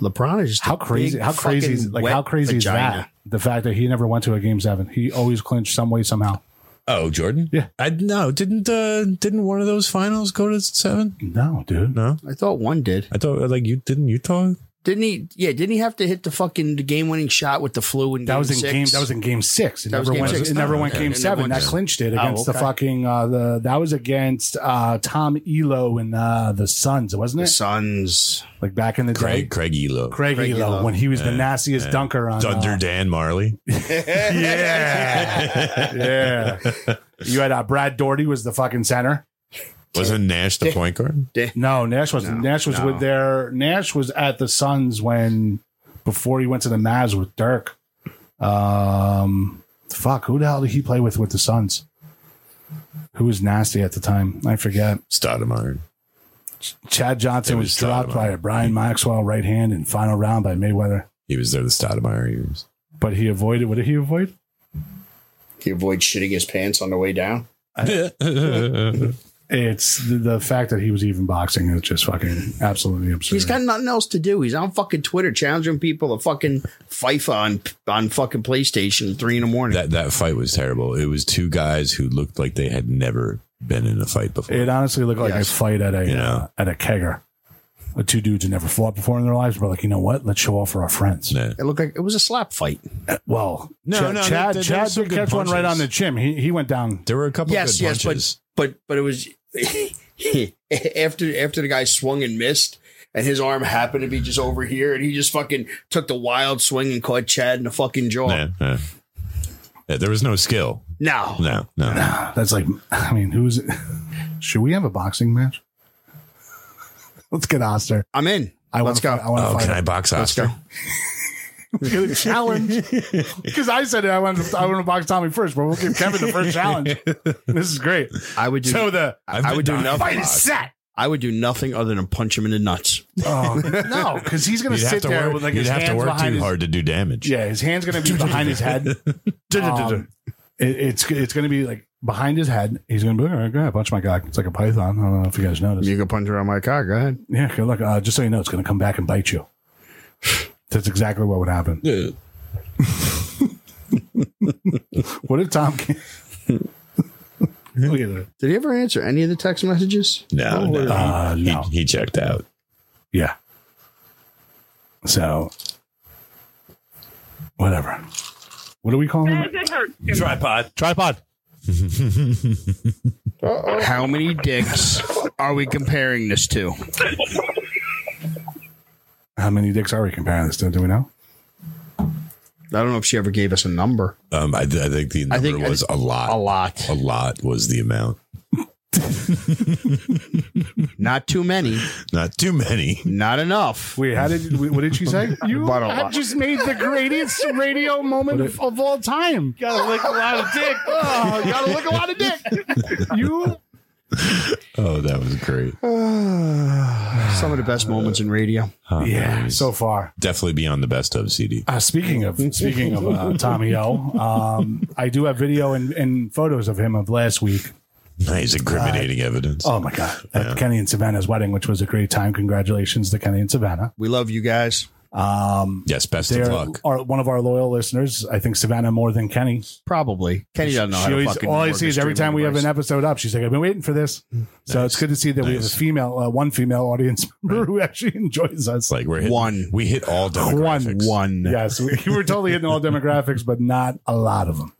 LeBron is just How crazy? How crazy? Is, like how crazy is that? The fact that he never went to a game seven. He always clinched some way somehow. Oh, Jordan. Yeah. I no. Didn't uh, didn't one of those finals go to seven? No, dude. No. I thought one did. I thought like you didn't Utah. Didn't he? Yeah, didn't he have to hit the fucking the game winning shot with the flu? And That was in game. That was in game six. It That was never game went. six. It never Oh, went okay. game And it seven. went That to- clinched it against the okay. fucking. Uh, the that was against uh, Tom Elo and uh, the Suns, wasn't the it? Suns. Like back in the Craig day. Craig Elo. Craig, Craig Elo, Elo. when he was the nastiest dunker on. Thunder Uh, Dan Marley. yeah, yeah. You had uh, Brad Doherty was the fucking center. Wasn't Nash the point guard? No, Nash was No, Nash was no. with their Nash was at the Suns when before he went to the Mavs with Dirk. Um, fuck, who the hell did he play with with the Suns? Who was nasty at the time? I forget. Stoudemire. Chad Johnson It was, was dropped by a Stoudemire. Brian Maxwell right hand in final round by Mayweather, He was there the Stoudemire years. but he avoided. What did he avoid? He avoids shitting his pants on the way down. It's the, the fact that he was even boxing is just fucking absolutely absurd. He's got nothing else to do. He's on fucking Twitter challenging people to fucking FIFA on on fucking PlayStation at three in the morning. that that fight was terrible. It was two guys who looked like they had never been in a fight before. It honestly looked like Yes. a fight at a You uh, know. at a kegger. The two dudes who never fought before in their lives were like, you know what? Let's show off for our friends. Yeah. it looked like it was a slap fight. Well, No, Chad, no, there- Chad, there- Chad there's some did good catch one right punches. on the chin. He he went down. There were a couple yes, good yes, punches. but but but it was after after the guy swung and missed, and his arm happened to be just over here, and he just fucking took the wild swing and caught Chad in the fucking jaw. Yeah, yeah. Yeah, there was no skill. No. No, no. That's like, I mean, who's? Should we have a boxing match? Let's get Oster. I'm in. I Let's wanna, go. I want to Oh, fight. can him. I box Let's Oscar? go. We're gonna challenge because I said it. I wanted to, I want to box Tommy first, but we'll give Kevin the first challenge. This is great. I would do. So the I've I been would do dying to nothing. fight is set. I would do nothing other than punch him in the nuts. Oh no, because he's gonna You'd sit have to there work, with like you'd his have hands to work behind too his, hard to do damage. Yeah, his hand's gonna be behind his head. Um, it- it's it's gonna be like behind his head. He's gonna be like, "Oh, all right, go ahead, punch my guy. It's like a python. I don't know if you guys noticed. You can punch around my car. Go ahead. Yeah, okay, look, uh, just so you know, it's going to come back and bite you. That's exactly what would happen. What if Tom? Came- Look at that. Did he ever answer any of the text messages? No, no. Uh, he, no. he checked out. Yeah. So, whatever. What do we call him? Tripod. Tripod. How many dicks are we comparing this to? How many dicks are we comparing this to? Do we know? I don't know if she ever gave us a number. Um, I, th- I think the number think- I was a lot. A lot. A lot was the amount. Not too many. Not too many. Not enough. Wait, how did what did she say? You But a lot. just made the greatest radio moment of, of all time. Gotta lick a lot of dick. Oh, you gotta look a lot of dick. You Oh, that was great. Some of the best moments in radio. yeah, so far. Definitely beyond the best of CD. Uh, speaking of speaking of uh, Tommy O, um, I do have video and, and photos of him of last week. Nice incriminating evidence. Oh my god, at Kenny and Savannah's wedding, which was a great time. Congratulations to Kenny and Savannah. We love you guys. yes, best of They're luck. are one of our loyal listeners. I think Savannah more than Kenny. Probably. Kenny doesn't know She how to always, fucking all I work see a is every streaming time we have device. an episode up, she's like, "I've been waiting for this." So it's good to see that we have a Nice. female, uh, one female audience member who actually enjoys us. Like we're hitting, One. We hit all one, demographics. one. Yes, we, we're totally hitting all demographics, but not a lot of them.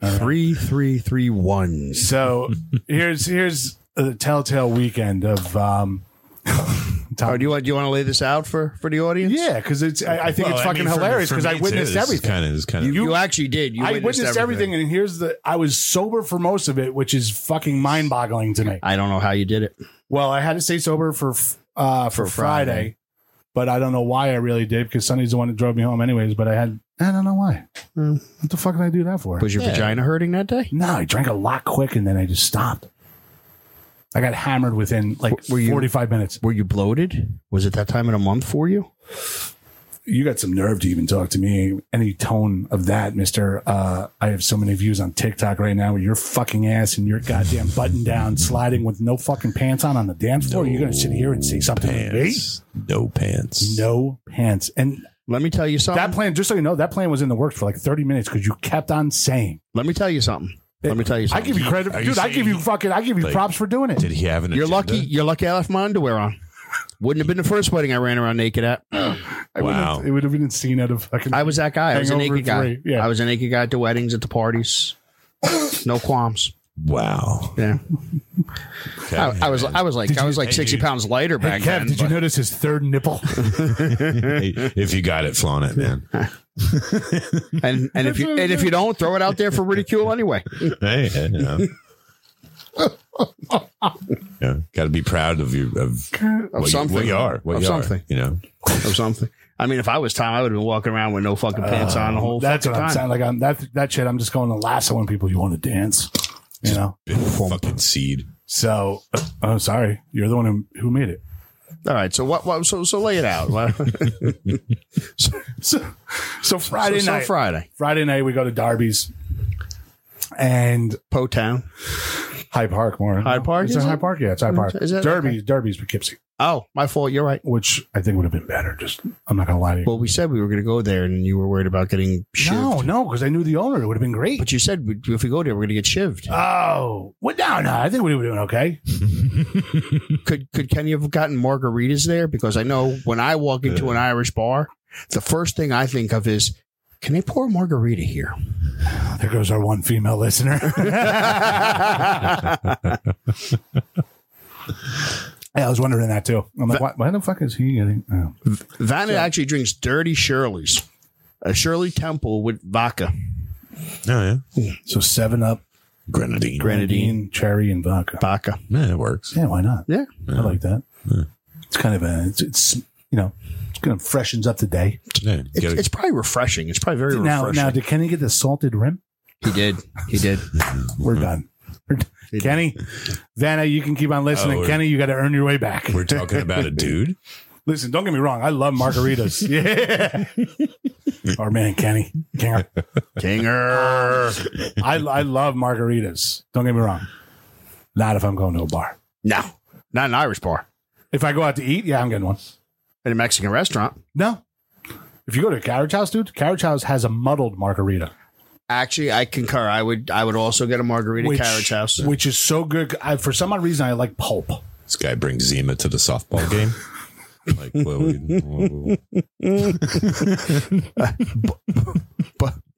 Three, three, three, one. So here's here's the telltale weekend of um Oh, Tom. do you want do you want to lay this out for for the audience? yeah, because it's I, I think Well, it's I fucking mean, for me- hilarious for because I me, witnessed too, everything. Kind of is kind of. You, you actually did. You I witnessed, everything. and here's the I was sober for most of it, which is fucking mind boggling to me. I don't know how you did it. Well, I had to stay sober for f- uh for, For Friday, Friday. but I don't know why I really did because Sunny's the one that drove me home anyways. But I had I don't know why. Hmm. What the fuck did I do that for? Was your vagina hurting that day? No, I drank a lot quick and then I just stopped. I got hammered within like Were you- 45 minutes. Were you bloated? Was it that time of the month for you? You got some nerve to even talk to me. Any tone of that, Mister? Uh, I have so many views on TikTok right now with your fucking ass and your goddamn button down, sliding with no fucking pants on on the dance floor. You're gonna sit here and say something to me? pants. No pants. No pants. And Let me tell you something. that plan, just so you know, that plan was in the works for like 30 minutes because you kept on saying. Let me tell you something. Let me tell you I something. give you credit, Are you dude. I saying give you he- fucking. I give you like, props for doing it. Did he have an? You're agenda? lucky. You're lucky. I left my underwear on. Wouldn't have been the first wedding I ran around naked at. I wouldn't Wow. have- It would have been seen out of fucking. I was that guy. I was a Hangover naked guy. three, yeah. I was a naked guy at the weddings, at the parties. no qualms. Wow. Yeah, Okay. I, I was. I was like. I was like sixty pounds lighter Hey, back Kev, then. did you but- notice his third nipple? Hey, if you got it, flaunt it, man. and and if you and if you don't, throw it out there for ridicule anyway. Hey, you know. yeah, got to be proud of your of, what you- something. what you are, what Of you something. are, you know. or something. I mean, if I was Tom, I would have been walking around with no fucking pants on the whole That's what fucking I'm time. saying. Like I'm that that shit. I'm just going to lassoing people. You want to dance? You know. Fucking seed. So, oh, sorry. You're the one who, who made it. All right, so what? what so so lay it out. So, so Friday so night. Friday, Friday night we go to Darby's, and Po Town. High Park more. Hyde Park, It's in is High it? Mm, Park. Yeah, it's High Park. Is it? Derby? Derby's Poughkeepsie, Oh, my fault. You're right. which I think would have been better. Just I'm not gonna lie to you. Well, we said we were going to go there, and you were worried about getting shivved. no, no, because I knew the owner. It would have been great. But you said we- if we go there, we're going to get shivved. oh, what? No, no. I think we were doing okay. could could Kenny have gotten margaritas there? Because I know when I walk into an Irish bar, the first thing I think of is, can they pour a margarita here? There goes our one female listener. Yeah, I was wondering that too. I'm like, why, why the fuck is he getting? Oh. Vanna actually drinks dirty Shirley's, a Shirley Temple with vodka. Oh, yeah. So seven up, Grenadine. grenadine, cherry, and vodka. Baca. Yeah, it works. Yeah, why not? Yeah. I like that. It's kind of a it's, it's you know it's kind of freshens up the day. Yeah, It's, get it- it's probably refreshing. It's probably very now refreshing. now did Kenny get the salted rim? He did. He did. We're done. We're done. Kenny, Vanna, you can keep on Oh, listening. we're- Kenny, you got to earn your way back. we're talking about a dude. Listen, don't get me wrong. I love margaritas. yeah. Our man Kenny Kinger. Kinger. I I love margaritas. Don't get me wrong. Not if I'm going to a bar. no, not an Irish bar. If I go out to eat, yeah, I'm getting one. At a Mexican restaurant. No. If you go to a carriage house, dude, carriage house has a muddled margarita. Actually, I concur. I would. I would also get a margarita carriage house. which is so good. I, for some odd reason, I like pulp. This guy brings Zima to the softball game. like, well, we- well, Bu-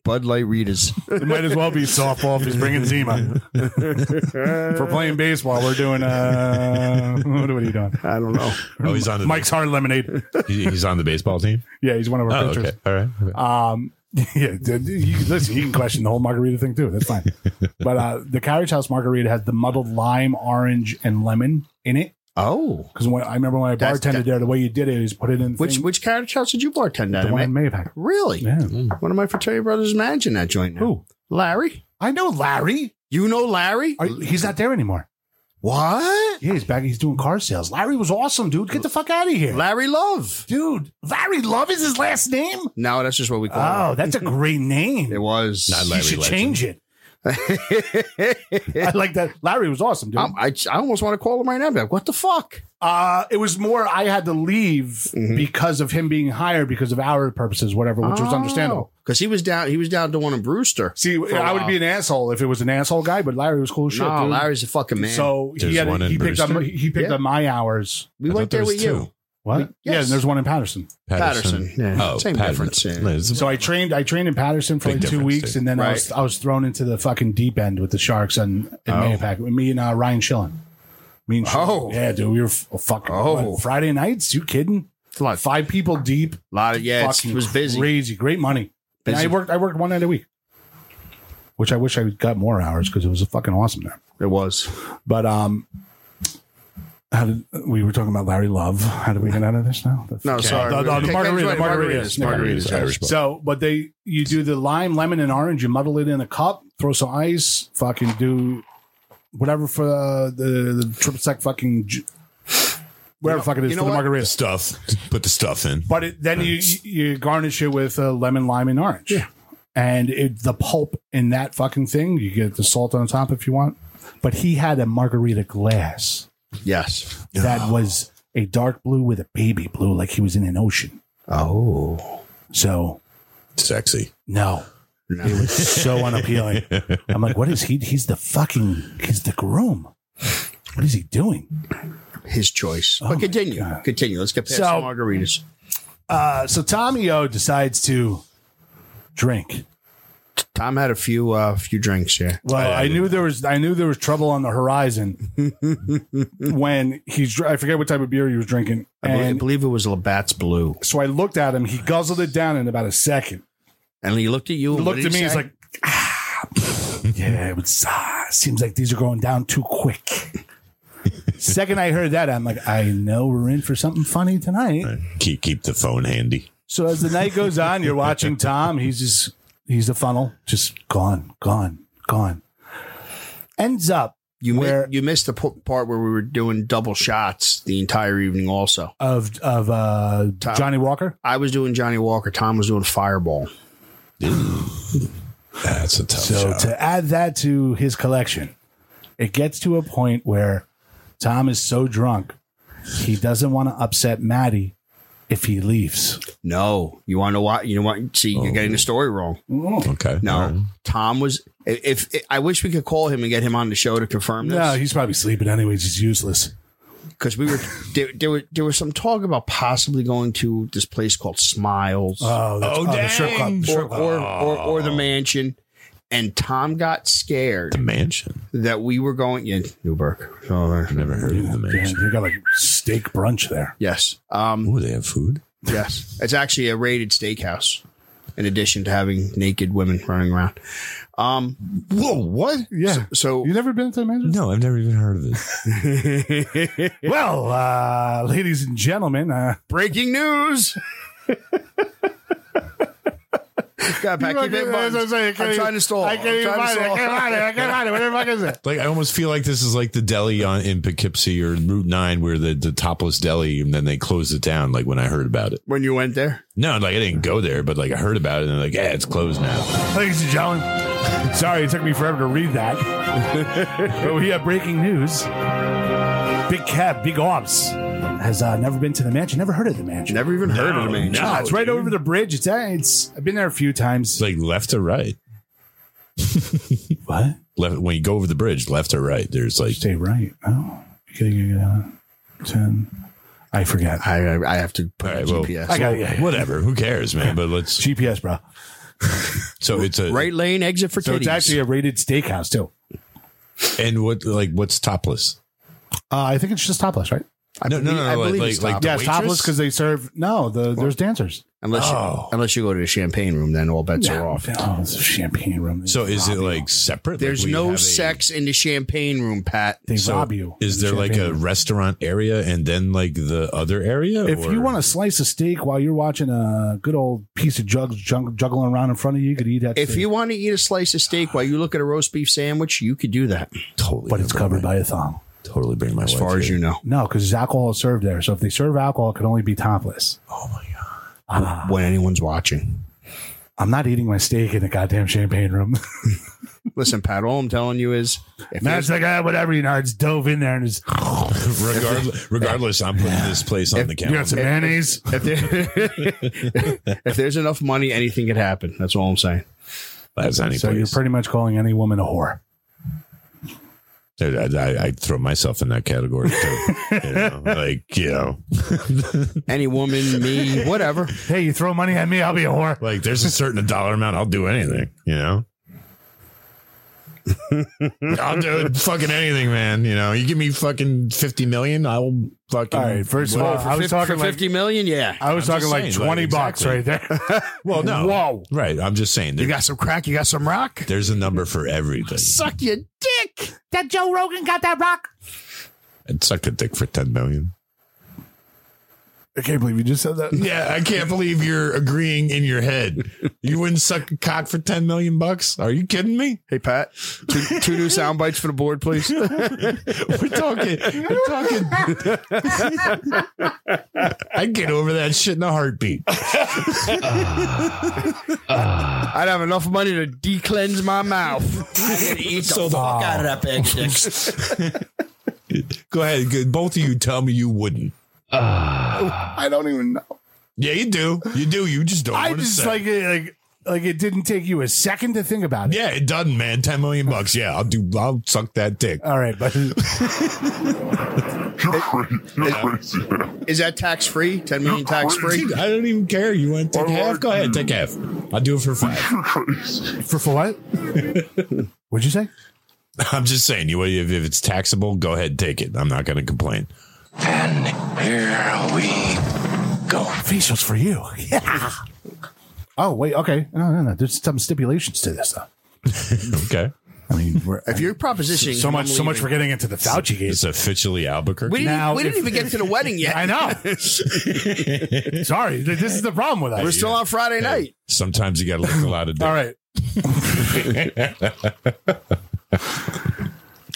Bud Light Rita's. It might as well be softball if he's bringing Zima. for playing baseball, we're doing. Uh, what are you doing? I don't know. oh, he's on the Mike's hard lemonade. he- He's on the baseball team. Yeah, he's one of our Oh, pitchers. okay. All right. Okay. Um, yeah, d- d- you, listen, you can question the whole margarita thing too. That's fine. but uh, the Carriage House margarita has the muddled lime, orange, and lemon in it. Oh, Because when I remember when I That's- bartended there, the way you did it is put it in which thing, which carriage house did you bartend at? the one in man? Maybach. Really? Yeah. One of my fraternity brothers is managing that joint now. Who? Larry. I know Larry. You know Larry? Are- he's not there anymore. what? Yeah, he's back. He's doing car sales. Larry was awesome, dude. Get the fuck out of here. Larry Love. dude, Larry Love is his last name? No, that's just what we call Oh, him. that's a great name. It was. Not you Larry should Legend. change it. I like that. Larry was awesome, dude. I'm- I, I almost want to call him right now. and be Like, what the fuck? Uh, it was more I had to leave Mm-hmm. because of him being hired because of our purposes, whatever, which was understandable. Because he was down. He was down doing a Brewster. See, Oh. For a I would while. be an asshole if it was an asshole guy, but Larry was cool as shit. no, dude. Larry's a fucking man. So he There's had one a, in he picked up Brewster? he picked Yeah. up my hours. we I went thought there was with you, What? Yeah, yes. and there's one in Patterson. Patterson. Yeah. Oh, Same difference, yeah. No, it's- So I trained. I trained in Patterson for Big like two difference, weeks, dude. and then I Right. was I was thrown into the fucking deep end with the sharks and in Oh. Mayapack with me and uh, Ryan Schillen. Me and Schillen. Oh. yeah, dude, we were f- fucking Oh. what, Friday nights. You kidding? Like five people deep. A lot of yeah. it's- fucking It was busy. crazy, great money. And Busy. I worked. I worked one night a week, which I wish I got more hours because it was fucking awesome there. It was. But um, how did we were talking about Larry Love? How did we get out of this now? No, sorry. the- the Okay, margarita, right, margaritas, margaritas. Irish bar. So, but they you do the lime, lemon, and orange. You muddle it in a cup, throw some ice, fucking do whatever for uh, the, the triple sec fucking ju- whatever fuck it is you for know the what? margarita. stuff. Put the stuff in. But it, then you you garnish it with uh, lemon, lime, and orange. Yeah. And it, the pulp in that fucking thing, you get the salt on top if you want. But he had a margarita glass Yes. that was a dark blue with a baby blue, like he was in an ocean. Oh. So Sexy. No. It was so unappealing. I'm like, what is he? He's the fucking, he's the groom. What is he doing? His choice. my but continue. God. Continue. Let's get past So- the margaritas. Uh, so Tommy O decides to drink. Tom had a few uh few drinks here. Well, I knew there was, I knew there was trouble on the horizon when he's, dr- I forget what type of beer he was drinking. I believe, I And believe it was Labatt's Blue. so I looked at him. He guzzled it down in about a second. And he looked at you. He and what looked at did me. he He's say? like, ah, yeah, it was, ah, seems like these are going down too quick. Second, I heard that, I'm like, I know we're in for something funny tonight. Keep keep the phone handy. So as the night goes on, you're watching Tom. He's just he's the funnel, just gone, gone, gone. Ends up You mi- Where- you missed the p- part where we were doing double shots the entire evening. Also, of of uh, Tom. Johnny Walker. I was doing Johnny Walker. Tom was doing Fireball. That's a tough So shot. to add that to his collection, it gets to a point where Tom is so drunk he doesn't want to upset Maddie if he leaves. No, you want to watch? You know what? See, you're getting the story wrong. okay. No, All right. Tom was. If, if I wish we could call him and get him on the show to confirm No, this, he's probably sleeping anyways. He's useless. because we were there, there. were there was some talk about possibly going to this place called Smiles. Oh, that's, oh, the strip club. The or, strip club. or, or, or the mansion. And Tom got scared The mansion. that we were going in Newburgh. Oh, I've never heard of the Yeah, mansion. you got like steak brunch there. yes. Um, Oh, they have food. yes. It's actually a rated steakhouse. in addition to having naked women running around. Um, Whoa, what? Yeah. so you never been to the Manchester? No, I've never even heard of this. Well, uh, ladies and gentlemen, uh, breaking news. Got back in That's what I'm buns. saying. I I'm can't trying to stall. I I'm can't even trying to find it. I stall. can't find it. I can't find it. Where the fuck is it? Like I almost feel like this is like the deli on in Poughkeepsie or Route Nine, where the, the topless deli, and then they closed it down. Like when I heard about it, When you went there, no, like I didn't go there, but like I heard about it, and they're like, yeah, it's closed now. Ladies and gentlemen, sorry it took me forever to read that. but we have breaking news. Big Cab, Big Ops has uh, never been to the mansion, never heard of the mansion. never even heard of the man. No, it's right over the bridge. It's, uh, it's I've been there a few times. It's like left or right. what? Left when you go over the bridge, left or right. There's like Stay right. Oh, you kidding? Uh, ten. I forget. I, I I have to put all right, a well, GPS. I got it, yeah, yeah. whatever. Who cares, man? But let's. GPS, bro. So it's a right lane exit for So titties. it's actually a rated steakhouse too. And what like what's topless? Uh, I think it's just topless, right? I No, no, believe- no, I like- believe like- it's like top. the yeah, it's topless waitress? because they serve. No, the, there's dancers. unless Oh. you unless you go to the champagne room, then all bets are Oh, off. it's a champagne room. So is it like separate? Like, There's we no have a- sex in the champagne room, Pat. they so rob you? Is in there like a champagne. restaurant area and then like the other area? If you want to slice a steak while you're watching a good old piece of jugs jung- juggling around in front of you, you could eat that. If steak, you want to eat a slice of steak while you look at a roast beef sandwich, you could do that. to, totally, but it's bring covered my- by a thong. totally bring my As far as you know, No, because alcohol is served there. So if they serve alcohol, it can only be topless. Ah. when anyone's watching. I'm not eating my steak in the goddamn champagne room. Listen, Pat. All I'm telling you is, if Matt's like, ah, whatever. You know, I just dove in there and just regardless, regardless, I'm putting this place on the you got calendar. some mayonnaise. if, there, if there's enough money, anything could happen. That's all I'm saying. That's any So you're place. pretty much calling any woman a whore. Dude, I, I, I throw myself in that category too. you know, like you know, Any woman, me, whatever. Hey, you throw money at me, I'll be a whore. like there's a certain dollar amount I'll do anything. You know. I'll do fucking anything, man. You know, you give me fucking fifty million, I'll fucking. All right, first of all, I was Fif- talking for like fifty million, yeah. I was I'm talking just like saying, like, twenty bucks right exactly. there. Well, no. Whoa. Right. I'm just saying. There, some crack. You got some rock. there's a number for everything. Suck your dick. That Joe Rogan got that rock. I'd suck a dick for 10 million. I can't believe you just said that. Yeah, I can't believe you're agreeing in your head. You wouldn't suck a cock for 10 million bucks? Are you kidding me? Hey Pat, two, two new sound bites for the board, please. We're talking. We're talking. I'd get over that shit in a heartbeat. I'd have enough money to decleanse my mouth. eat the fuck out of that bag stick. Go ahead. go- Both of you tell me you wouldn't. I don't even know. Yeah, you do. You do. You just don't I want to just say. like it, like like it didn't take you a second to think about it. yeah, it doesn't, man. 10 million bucks. Yeah, I'll do. I'll suck that dick. All right, but Is that tax free? Ten million tax free? I don't even care. You want to take half? Go ahead, take half. I'll do it for five. for for what? What'd you say? I'm just saying, you if, if it's taxable, go ahead, take it. I'm not going to complain. Facials for you. Yeah. Oh wait, okay. No, no, no. There's some stipulations to this though. Okay, I mean, we're, If you're propositioning so him, much, I'm so much leaving. for getting into the Fauci case. it's officially Albuquerque. We didn't, Now, we didn't if- even get to the wedding yet. I know. Sorry, th- this is the problem with us. We're still on Friday night. Sometimes you got to look a lot of dick. All right.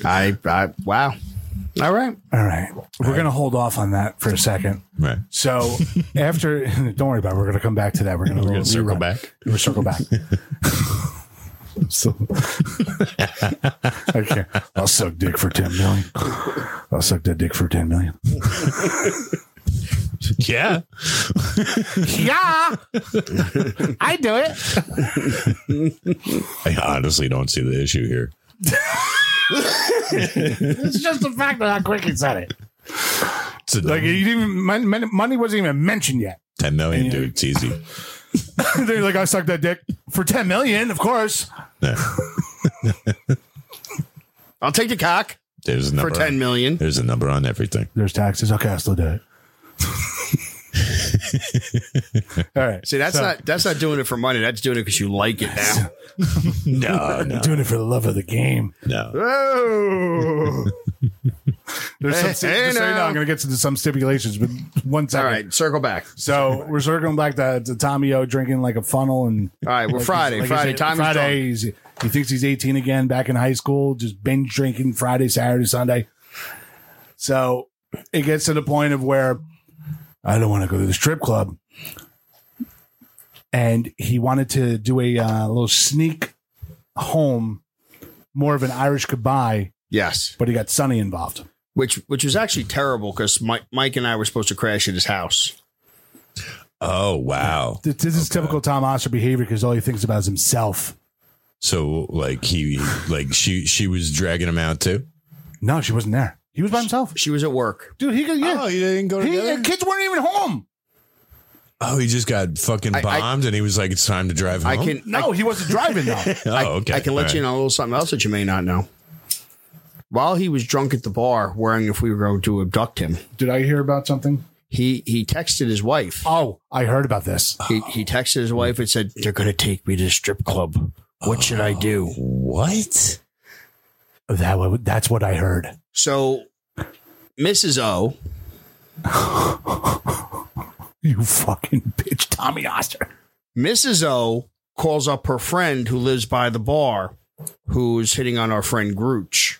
I, I wow. All right. All right. We're going to hold off on that for a second. Right. So after, don't worry about it. We're going to come back to that. We're going gonna to circle back. We're circle back. so, okay. I'll suck dick for 10 million. I'll suck that dick for 10 million. Yeah, Yeah. I do it. I honestly don't see the issue here. It's just the fact that how quick he said it. It's a Like, dumb- you didn't even, mon- mon- money wasn't even mentioned yet. ten million, dude. It's easy. They're like, I sucked that dick for 10 million, of course. Yeah. I'll take the cock There's a for number ten on- million. There's a number on everything. There's taxes. Okay, I'll still do it. All right. See, that's So, not that's not doing it for money. That's doing it because you like it now. No, no, doing it for the love of the game. no. Oh, There's some Hey, sti- hey just so you know, now. I'm going to get into some stipulations, but one all second. right. Circle back. So we're circling back to, to Tommy O drinking like a funnel and All right, we're Like Friday. he's- like Friday. I said, Tommy's Friday. He's, he thinks he's 18 again, back in high school, just binge drinking Friday, Saturday, Sunday. So it gets to the point of where I don't want to go to the strip club. And he wanted to do a uh, little sneak home, more of an Irish goodbye, Yes, but he got Sonny involved. which which was actually terrible because Mike, Mike and I were supposed to crash at his house. Oh wow. This, this is typical Tom Oster behavior because all he thinks about is himself. So like he like she she was dragging him out too. No, she wasn't there. He was by himself. She was at work. Dude, he could, yeah. Oh, you didn't go he, uh, together. kids weren't even home. oh, he just got fucking I- I- bombed, and he was like, "It's time to drive home." I can No, he wasn't driving though. Oh, I, okay. I can let All you right. know a little something else that you may not know. While he was drunk at the bar, worrying if we were going to abduct him, Did I hear about something? he he texted his wife. Oh, I heard about this. He, he texted his wife and said, "They're going to take me to the strip club. What should I do?" What? That wa- that's what I heard. So, Mrs. O, You fucking bitch, Tommy Oster. Mrs. O calls up her friend who lives by the bar, who's hitting on our friend Grooch.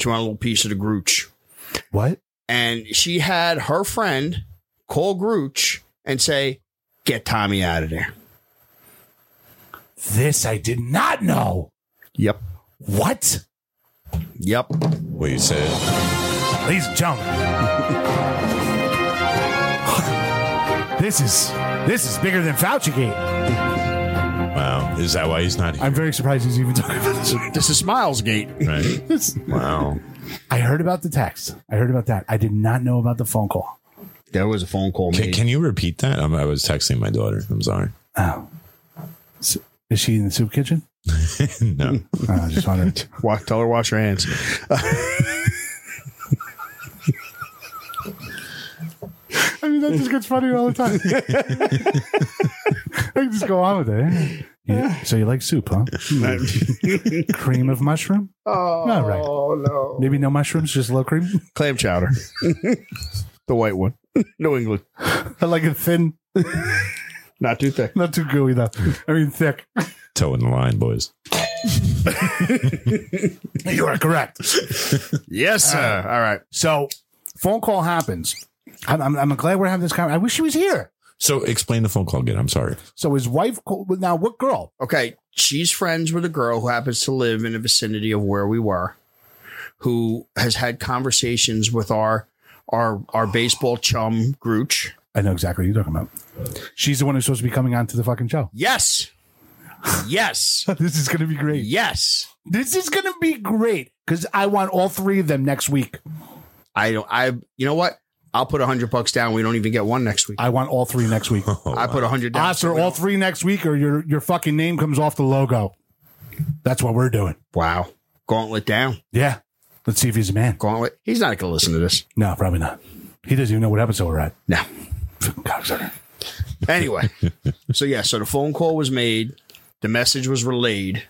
She wanted a little piece of the Grooch. What? And she had her friend call Grooch and say, Get Tommy out of there. This I did not know. Yep. What? Yep. What you said? Ladies and gentlemen. this is this is bigger than Fauci Gate. Wow. Is that why he's not here? I'm very surprised he's even talking about this. This is Smilesgate. Right? wow. I heard about the text. I heard about that. I did not know about the phone call. There was a phone call Can, made. can you repeat that? I'm, I was texting my daughter. I'm sorry. Oh. S- Is she in the soup kitchen? no. Oh, I just wondered. Walk, tell her wash your hands. I mean, that just gets funnier all the time. I can just go on with it. Yeah. So you like soup, huh? Hmm. cream of mushroom? Oh, All right. no. Maybe no mushrooms, just low cream? Clam chowder. the white one. New England. I like it thin, Not too thick. not too gooey, though. I mean, thick. Toeing the line, boys. You are correct. Yes, sir. Uh, All right. So, phone call happens. I'm, I'm, I'm glad we're having this conversation. I wish she was here. So explain the phone call again. I'm sorry. So his wife called. Now, what girl? okay, she's friends with a girl who happens to live in the vicinity of where we were, who has had conversations with our our our baseball chum Grooch. I know exactly who you're talking about. She's the one who's supposed to be coming on to the fucking show. Yes. Yes. This is going to be great. Yes. This is going to be great because I want all three of them next week. I don't I you know what? I'll put a hundred bucks down. We don't even get one next week. I want all three next week. I put a hundred down. Oscar, all three next week, or your your fucking name comes off the logo. That's what we're doing. Wow. Gauntlet down. Yeah. Let's see if he's a man. Gauntlet. He's not gonna listen to this. No, probably not. He doesn't even know what episode we're at. No. Fucking cocksucker. Anyway. so yeah, so the phone call was made, the message was relayed.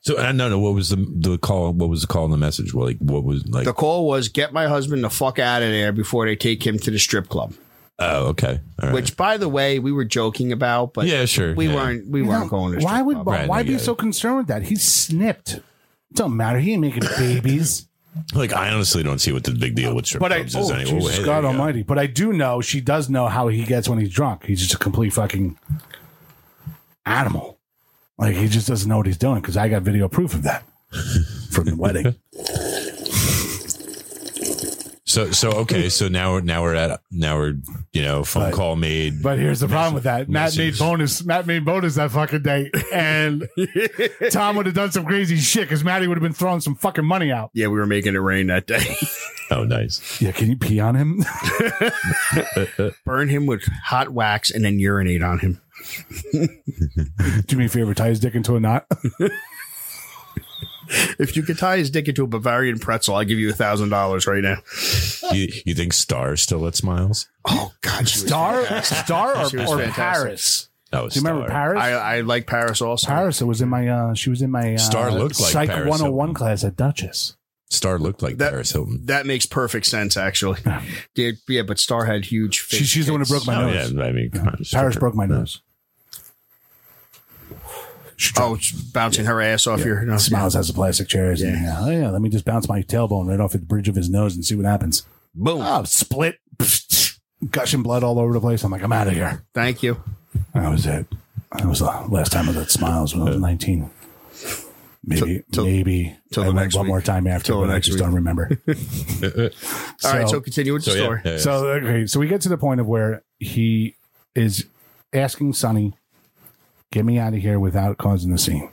So I no no. What was the the call? What was the call in the message? Well, like what was like? The call was get my husband the fuck out of there before they take him to the strip club. oh, okay. All right. Which, by the way, we were joking about, but Yeah, sure, we yeah. weren't we No, weren't going. To the why strip would club. Right, why I be get so concerned with that? He's snipped. It don't matter. He ain't making babies. like I honestly don't see what the big deal with strip But I, clubs is oh, anymore. Jesus Hey, there God you go. Almighty! But I do know she does know how he gets when he's drunk. He's just a complete fucking animal. Like he just doesn't know what he's doing because I got video proof of that from the wedding. So so okay. So now we're now we're at now we're you know phone But- call made. But here's the problem with that. Matt made message. bonus. Matt made bonus that fucking day, and Tom would have done some crazy shit because Matty would have been throwing some fucking money out. Yeah, we were making it rain that day. oh, nice. Yeah, can you pee on him? Burn him with hot wax and then urinate on him. Do me a favor, tie his dick into a knot. If you could tie his dick into a Bavarian pretzel, I'll give you a thousand dollars right now. You, you think Star still at Smiles? Oh God, she was Star, fantastic. Star, She or, was or fantastic. Paris? That was Do you remember Star. Paris? I, I like Paris also. Paris. It was in my. Uh, she was in my uh, Star looked like Psych Paris 101 Hilton. class at Duchess. Star looked like That- Paris Hilton. That makes perfect sense, actually. Yeah, yeah, but Star had huge. She, fake she's the one who tits. broke my Oh, nose. yeah, I mean, come on, Paris stripper. broke my No. nose. She Oh, it's bouncing her ass off your no, smiles has the plastic chairs. Yeah. And, uh, oh, yeah, let me just bounce my tailbone right off the bridge of his nose and see what happens. Boom! Oh, split, gushing blood all over the place. I'm like, I'm out of here. Thank you. That was it. That was the last time I was at Smiles when I was 19. Maybe, Till- till- maybe till I the went next one week. more time after, Till the but I next just week. don't remember. All right, so continue with the So, yeah, story. yeah, yeah. So okay, so we get to the point of where he is asking Sonny, "Get me out of here without causing the scene."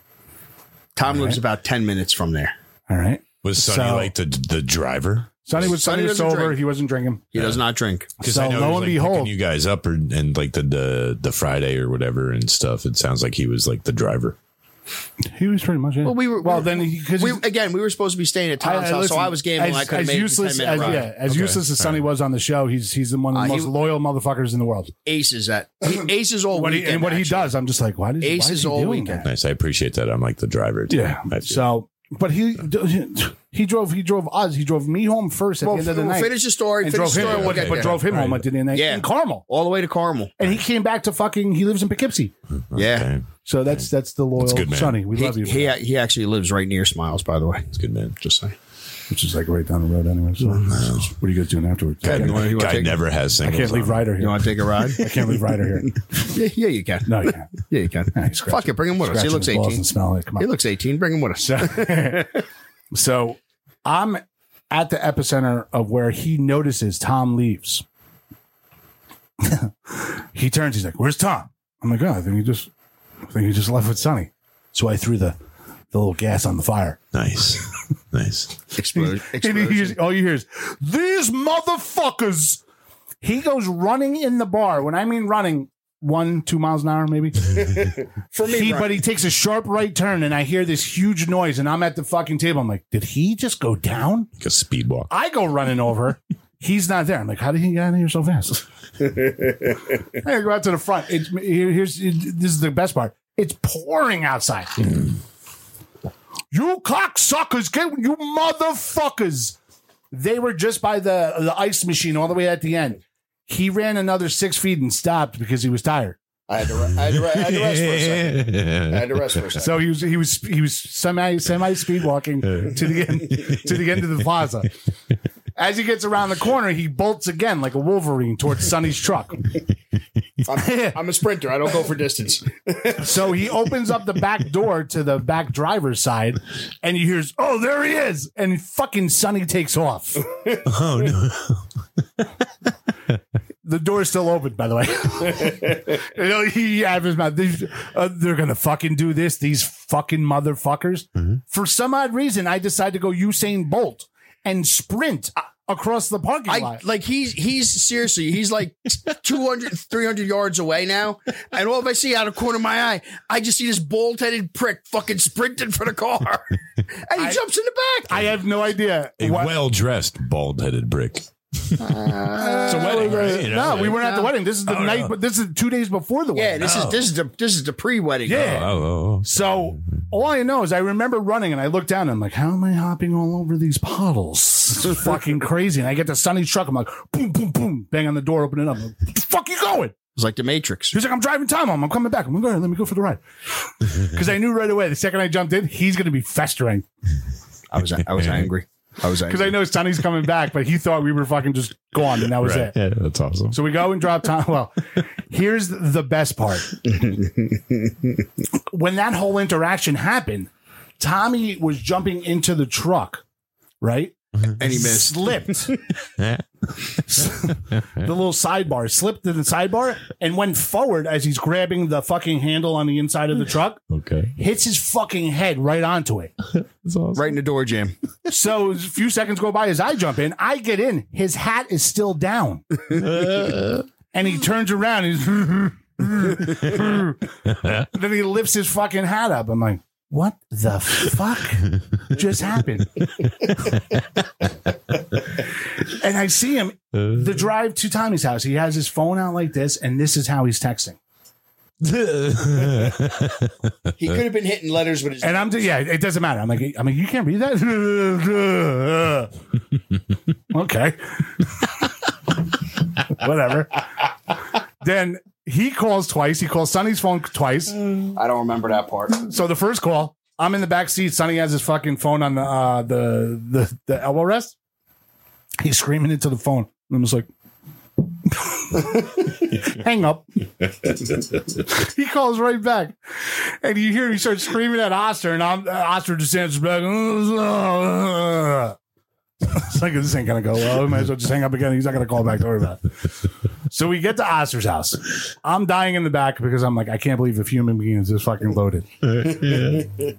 Tom lives about ten minutes from there. All right. was Sonny so- like the the driver? Sonny was Sonny, Sonny was doesn't sober. drink. He wasn't drinking. He does not drink. Because So I know lo he was, and like, behold- picking you guys up or, and like the, the the Friday or whatever and stuff. It sounds like he was like the driver. He was pretty much. it. Well, we were. well we- then because we, again, we were supposed to be staying at Tom's house, so I was gaming. I could have made useless useless, a ten as, minute ride. yeah, as useless as Sonny was on the show. He's he's the one of the Uh, most he- loyal motherfuckers in the world. Aces at he aces all What he, weekend. and what he actually. does, I'm just like, why does why Ace is is he all doing weekend. that? Nice. I appreciate that. I'm like the driver. too. Yeah. I feel- So, but he he drove he drove us. He drove me home first at Well, the end of the we'll night. finish the story. and Finish drove the him, story. We'll but get there. drove him home at the end of the night Yeah. in Carmel, all the way to Carmel. and he came back to fucking. He lives in Poughkeepsie, Yeah. Okay. so that's that's the loyal good, man. Sonny. We He, love you, he he actually lives right near Smiles, by the way. It's good, man. Just like which is like right down the road anyway. So, Mm-hmm. what are you guys doing afterwards? guy, I you wanna guy take- never has singles. can't leave on. Ryder You here. want to take a ride? I can't leave Ryder here. yeah, yeah, you can. No, you can't. Yeah, you can. he's scratching- Fuck it, bring him with us. He Scratching looks his balls eighteen. and smelling it. Come on. He looks eighteen. Bring him with us. So I'm at the epicenter of where he notices Tom leaves. he turns, he's like, Where's Tom? I'm like, Oh, I think he just I think he just left with Sonny. So I threw the the little gas on the fire. Nice, nice. Explosion. And he hears, Explosion. all you hear is these motherfuckers. He goes running in the bar. When I mean running, one, two miles an hour, maybe. For me, he, Brian, but he takes a sharp right turn, and I hear this huge noise, and I'm at the fucking table. I'm like, did he just go down? Like a speed walk. I go running over. He's not there. I'm like, how did he get out of here so fast? I go out to the front. It's here, here's this is the best part. It's pouring outside. you cocksuckers, get you motherfuckers. They were just by the the ice machine all the way at the end. He ran another six feet and stopped because he was tired. I had to re- I had to re- I had to rest for a second. I Yeah. had to rest for a second. So he was he was he was semi semi speed walking to the end to the end of the plaza. As he gets around the corner, he bolts again like a Wolverine towards Sonny's truck. I'm, I'm a sprinter. I don't go for distance. So he opens up the back door to the back driver's side, and he hears, "Oh, there he is!" And fucking Sonny takes off. Oh no! The door's still open, by the way. You know, he out of his mouth. These, uh, they're gonna fucking do this. These fucking motherfuckers. Mm-hmm. For some odd reason, I decide to go Usain Bolt and sprint across the parking I lot. like he's he's seriously he's like 200 300 yards away now and all I see out of the corner of my eye I just see this bald-headed prick fucking sprinting for the car and he jumps in the back I have no idea. A what- well-dressed, bald-headed brick. it's a wedding, right? You know, Uh, no, we like- Oh, weren't at the wedding. This is the night, but this is two days before the yeah wedding. this is this is the this is the pre-wedding Yeah. Oh, oh, oh. So all I know is I remember running and I looked down and I'm like, how am I hopping all over these puddles? It's fucking crazy. And I get to Sonny's truck. I'm like, boom, boom, boom, bang on the door, open it up. I'm like, "The fuck you going? it's like the Matrix He's like, I'm driving time home. I'm coming back. I'm like, all right, let me go for the ride. Because I knew right away the second I jumped in, he's going to be festering. I was I was angry I was Because I angry know Sonny's coming back, but he thought we were fucking just gone and that was it. Yeah, that's awesome. So we go and drop Tom. Well, here's the best part. when that whole interaction happened, Tommy was jumping into the truck, right? and he missed Slipped. the little sidebar slipped to the sidebar and went forward as he's grabbing the fucking handle on the inside of the truck, okay, hits his fucking head right onto it. that's awesome. right in the door jam So a few seconds go by as I jump in. I get in. His hat is still down. and he turns around. He's then he lifts his fucking hat up. I'm like, what the fuck just happened? and I see him the drive to Tommy's house. He has his phone out like this, and this is how he's texting. He could have been hitting letters with his. And I'm yeah, it doesn't matter. I'm like, I'm like, you can't read that. okay, whatever. then he calls twice. He calls Sonny's phone twice. I don't remember that part. So the first call, I'm in the back seat. Sonny has his fucking phone on the uh, the, the the elbow rest. He's screaming into the phone. I'm just like, hang up. he calls right back, and you hear he starts screaming at Oster, and I'm uh, Oster just answers back. It's like this ain't gonna go well. We might as well just hang up again. He's not gonna call back. Don't worry about it. So we get to Oster's house. I'm dying in the back because I'm like, I can't believe if human being is this fucking loaded.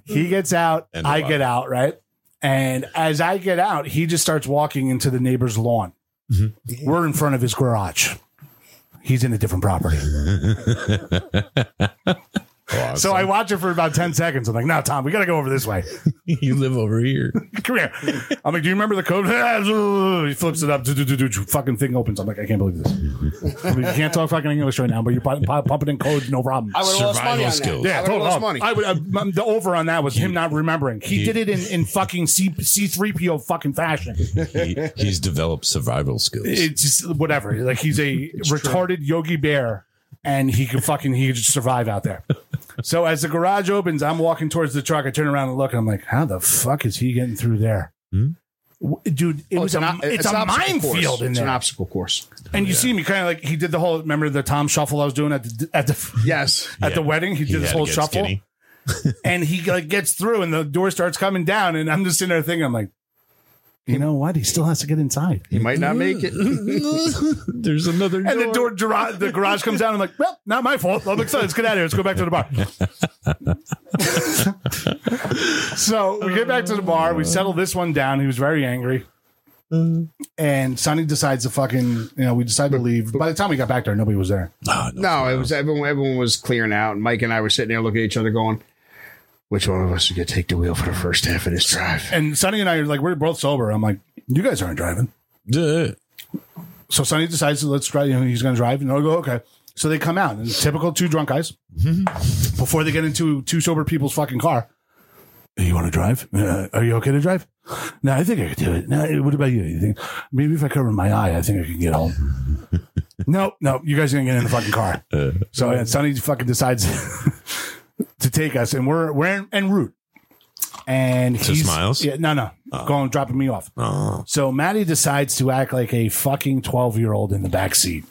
He gets out. And I alive. get out, right? And as I get out, he just starts walking into the neighbor's lawn. Mm-hmm. We're in front of his garage. He's in a different property. So I watch it for about 10 seconds. I'm like, no, Tom, we got to go over this way. you live over here. Come here. I'm like, do you remember the code? he flips it up. Do, do, do, do. Fucking thing opens. I'm like, I can't believe this. I mean, you can't talk fucking English right now, but you're pu- pu- pumping in codes, no problem. I would have lost money Survival on skills. that. I would have total lost up. money. I would, uh, m- the over on that was him not remembering. He, did it in, in fucking C three PO fucking fashion. He, he's developed survival skills. It's just whatever. Like he's a retarded Yogi Bear, and he can fucking he can just survive out there. So as the garage opens, I'm walking towards the truck. I turn around and look, and I'm like, how the fuck is he getting through there? Hmm? W- Dude, it Oh, was a, an- it's, an a obstacle course. minefield in It's an there, obstacle course. and you see me kind of like he did the whole. Remember the Tom shuffle I was doing at the at the Yes. at Yeah. the wedding? He did He this had to whole get shuffle, skinny. and he like gets through, and the door starts coming down, and I'm just sitting there thinking, I'm like, you know what? He still has to get inside. He might not make it. There's another And the door, gira- the garage comes down. I'm like, well, not my fault. I'm excited. Let's get out of here. Let's go back to the bar. so we get back to the bar. We settle this one down. He was very angry. And Sonny decides to fucking, you know, we decide to leave. By the time we got back there, nobody was there. Ah, no. No, it was everyone. Everyone was clearing out, and Mike and I were sitting there looking at each other, going, "Which one of us is going to take the wheel for the first half of this drive?" And Sonny and I are like, we're both sober. I'm like, you guys aren't driving. Duh. So Sonny decides, let's drive. You know, he's going to drive. And I go, okay. So they come out. And typical two drunk guys. Before they get into two sober people's fucking car. You want to drive? Uh, are you okay to drive? No, I think I could do it. No, what about you? You think maybe if I cover my eye, I think I can get home. no, no, you guys are gonna get in the fucking car. Uh. so and Sonny fucking decides to take us, and we're we're en, en route. And To he's Smiles? Yeah, no, no, going dropping me off. Oh. So Maddie decides to act like a fucking 12 year old in the back seat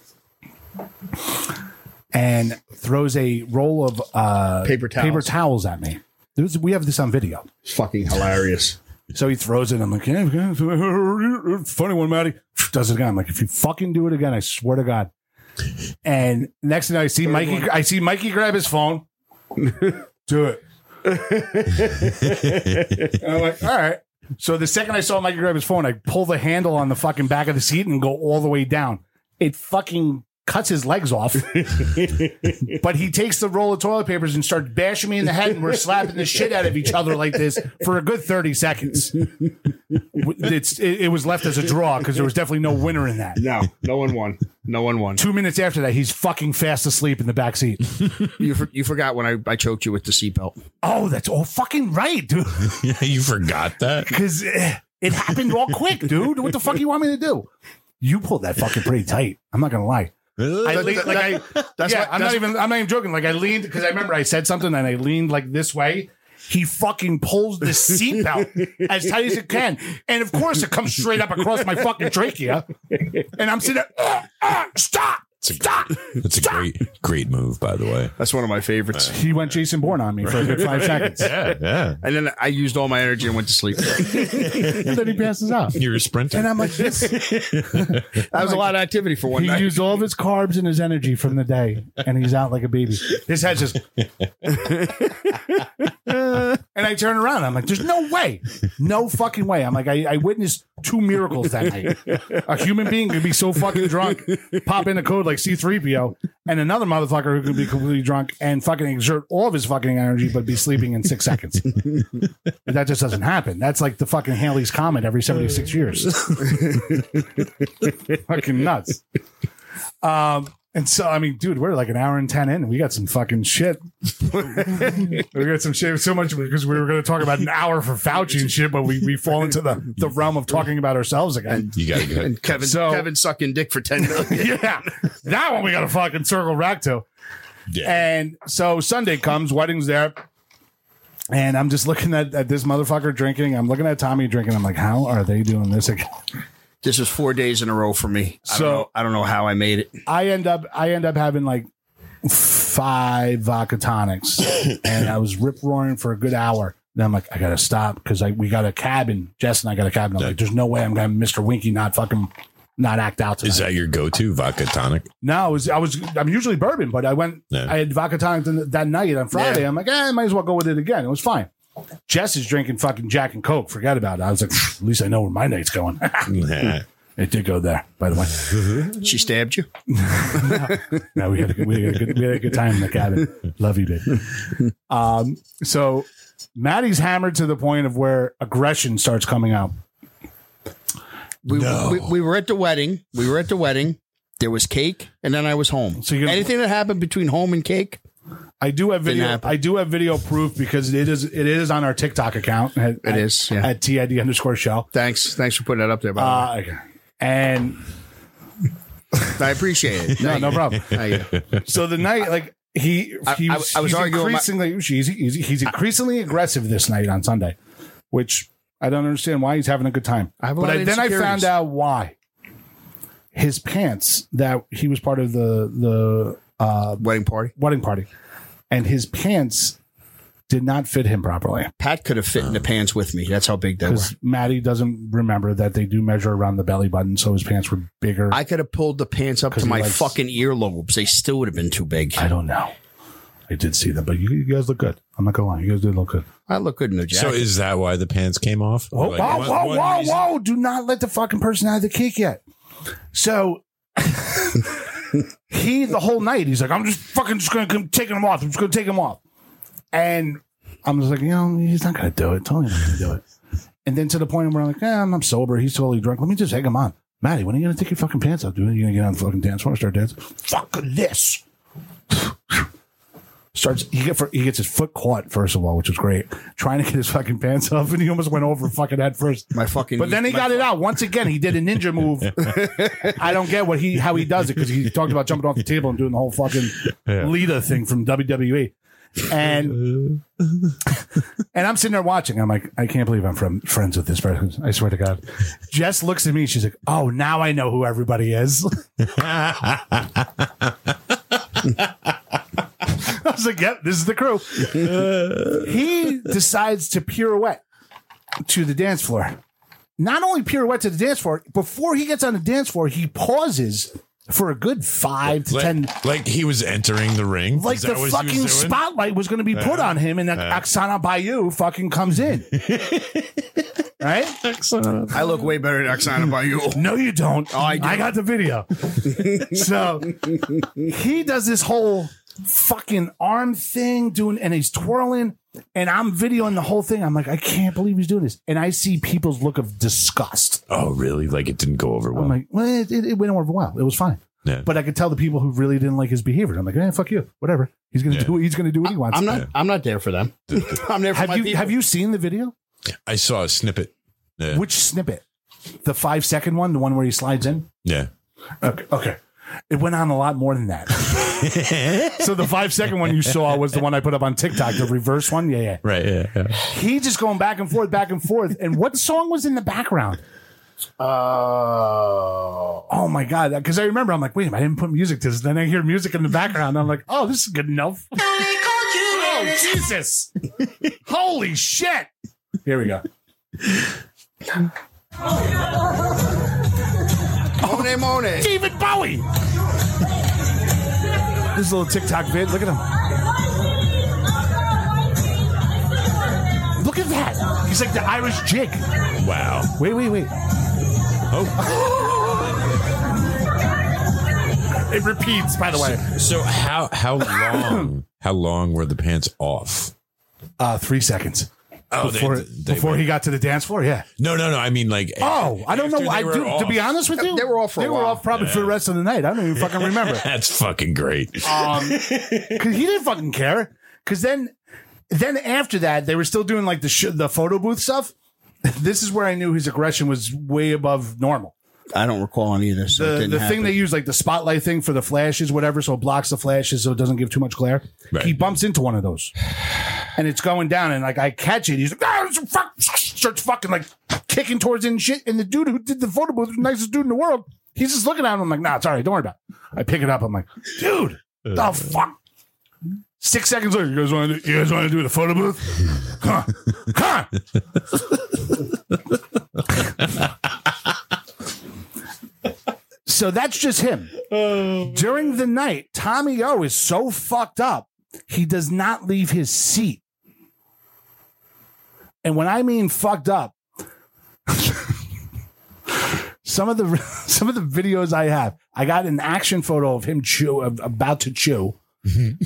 and throws a roll of uh, Paper towels. paper towels at me. There's, we have this on video. It's fucking hilarious. So he throws it. I'm like, yeah, yeah, funny one, Maddie. Does it again. I'm like, if you fucking do it again, I swear to God. And next thing I see Mikey, I see Mikey grab his phone. do it. and I'm like, all right. So the second I saw Mikey grab his phone, I pull the handle on the fucking back of the seat and go all the way down. It fucking cuts his legs off. but he takes the roll of toilet papers and starts bashing me in the head, and we're slapping the shit out of each other like this for a good 30 seconds. It's, it, it was left as a draw because there was definitely no winner in that. No, no one won. No one won. Two minutes after that, he's fucking fast asleep in the back seat. You for, you forgot when I, I choked you with the seatbelt. Oh, that's all fucking right, dude. Yeah, you forgot that. Because it happened all quick, dude. What the fuck you want me to do? You pulled that fucking pretty tight. I'm not gonna lie. I leaned, like I, That's yeah, what- that's- I'm not even. I'm not even joking. Like I leaned because I remember I said something and I leaned like this way. He fucking pulls the seatbelt as tight as it can, and of course it comes straight up across my fucking trachea. And I'm sitting there, "Ah, ah, stop, stop. That's a great, great move, by the way. That's one of my favorites. He went Jason Bourne on me for a good five seconds, Yeah, yeah. And then I used all my energy and went to sleep. that and then he passes out. You're a sprinter. And I'm like, this. was a lot of activity for one He night. used all of his carbs and his energy from the day, and he's out like a baby. His head's just. and I turn around. I'm like, there's no way. No fucking way. I'm like, I, I witnessed two miracles that night. A human being could be so fucking drunk, pop in a code like C3PO, and another motherfucker who could be completely drunk and fucking exert all of his fucking energy but be sleeping in six seconds. But that just doesn't happen. That's like the fucking Haley's Comet every 76 years. fucking nuts. Um, and so, I mean, dude, we're like an hour and 10 in and we got some fucking shit. we got some shit so much because we were going to talk about an hour for Fauci and shit, but we, we fall into the, the realm of talking about ourselves again. You got to go. And Kevin, So- Kevin sucking dick for ten million. yeah. That one we got to fucking circle back to. Yeah. And so Sunday comes, wedding's there. And I'm just looking at, at this motherfucker drinking. I'm looking at Tommy drinking. I'm like, how are they doing this again? This is four days in a row for me. I So- don't know, I don't know how I made it. I end up I end up having like five vodka tonics, and I was rip roaring for a good hour. Then I'm like, I gotta stop because I we got a cabin. Jess and I got a cabin. I'm like, there's no way I'm gonna have Mr. Winky not fucking not act out tonight. Is that your go to vodka tonic? no, it was, I was I'm usually bourbon, but I went Yeah. I had vodka tonic th- that night on Friday. I'm like, eh, I might as well go with it again. It was fine. Jess is drinking fucking Jack and Coke. Forget about it. I was like, at least I know where my night's going. Nah. it did go there, by the way. She stabbed you. No, we had a, we had a, good, we had a good time in the cabin. Love you, dude. Um, so Maddie's hammered to the point of where aggression starts coming out. We, we we were at the wedding. We were at the wedding. There was cake, and then I was home. So So you're- anything that happened between home and cake, I do have Didn't video. happen. I do have video proof because it is it is on our TikTok account. At, It is, yeah. at TID underscore show. thanks thanks for putting that up there. By the Uh, okay. And way. I appreciate it. no, Thank no you. problem. Thank you. So the night, like he, I- he I- was, I was he's arguing with my- increasingly, he's, he's, he's increasingly aggressive this night on Sunday, which I don't understand why he's having a good time. I have a but lot I, of then I found insecurities. out why his pants that he was part of the the uh, Wedding party. wedding party, and his pants did not fit him properly Pat could have fit Uh, in the pants with me. That's how big they were. because Maddie doesn't remember that they do measure around the belly button, so his pants were bigger. I could have pulled the pants up 'Cause to he my likes- fucking earlobes. They still would have been too big. I don't know. I did see them, but you, you guys look good. I'm not gonna lie, you guys did look good. I look good in the So jacket. is that why the pants came off? Whoa, Like, whoa, one- whoa, one whoa, reason- whoa. Do not let the fucking person out of the cake yet. So he, the whole night, he's like, I'm just fucking just going to come taking him off. I'm just going to take him off. And I'm just like, you know, he's not going to do it. Totally not going to do it. And then to the point where I'm like, eh, I'm, I'm sober. He's totally drunk. Let me just hang him on. Maddie, when are you going to take your fucking pants off, dude? Are you going to get on the fucking dance floor and start dancing? Fuck this. Starts he get for, he gets his foot caught first of all, which was great. Trying to get his fucking pants off, and he almost went over fucking head first. my fucking. But then he my- got it out once again. He did a ninja move. I don't get what he how he does it because he talked about jumping off the table and doing the whole fucking Lita thing from WWE, and and I'm sitting there watching. I'm like, I can't believe I'm from friends with this person. I swear to God. Jess looks at me. She's like, Oh, now I know who everybody is. I was like, Yep, this is the crew. he decides to pirouette to the dance floor. Not only pirouette to the dance floor, before he gets on the dance floor, he pauses for a good five to Like, ten. like he was entering the ring. Like Is the that what he was fucking doing? Uh-huh. spotlight was going to be put on him, and Oksana Bayou fucking comes in. right? I look way better than Oksana Bayou. No, you don't. Oh, I do. got the video. so he does this whole fucking arm thing doing and he's twirling and I'm videoing the whole thing. I'm like, I can't believe he's doing this. And I see people's look of disgust. Oh, really? Like it didn't go over well. I'm like, well, it, it, it went over well. It was fine. Yeah. But I could tell the people who really didn't like his behavior. I'm like, eh, fuck you. Whatever. He's gonna Yeah. do he's gonna do what he wants. I'm not. I'm not there for them. I'm there for have my you people. have you seen the video? I saw a snippet. Yeah. Which snippet? The five second one, the one where he slides in? yeah. Okay. Okay. It went on a lot more than that. so the five second one you saw was the one I put up on TikTok, the reverse one. Yeah, yeah. Right. Yeah. yeah. He just going back and forth, back and forth. And what song was in the background? Oh, oh my god! Because I remember, I'm like, wait, a minute, I didn't put music to this. Then I hear music in the background. I'm like, oh, this is good enough. oh Jesus! Holy shit! Here we go. Mone, mone. David Bowie. this little TikTok vid. Look at him. Look at that. He's like the Irish jig. Wow. Oh. Wait, wait, wait. Oh, it repeats, by the way. So how how long how long were the pants off? Uh, three seconds. Oh, they- before they before went- he got to the dance floor, yeah. No, no, no. I mean like Oh, I don't after know. they I were do, to be off. honest with you, They were off for a They were while. off probably for the rest of the night. I don't even fucking remember. That's fucking great. Um 'cause because he didn't fucking care. Because then, then after that, they were still doing like the sh- the photo booth stuff. This is where I knew his aggression was way above normal. I don't recall any of this. so it The didn't the happen. thing they use like the spotlight thing for the flashes, whatever, so it blocks the flashes so it doesn't give too much glare. Right. He bumps into one of those, and it's going down, and like I catch it. He's like, ah, it's a fuck, starts fucking like kicking towards it and shit. And the dude who did the photo booth, the nicest dude in the world, he's just looking at him. I'm like, nah, it's all right, don't worry about. it. I pick it up. I'm like, dude, Uh. the fuck. Six seconds later, you guys want to you guys want to do the photo booth? Huh? Huh? so that's just him. During the night, Tommy O is so fucked up, he does not leave his seat. And when I mean fucked up, some of the some of the videos I have, I got an action photo of him chew of, about to chew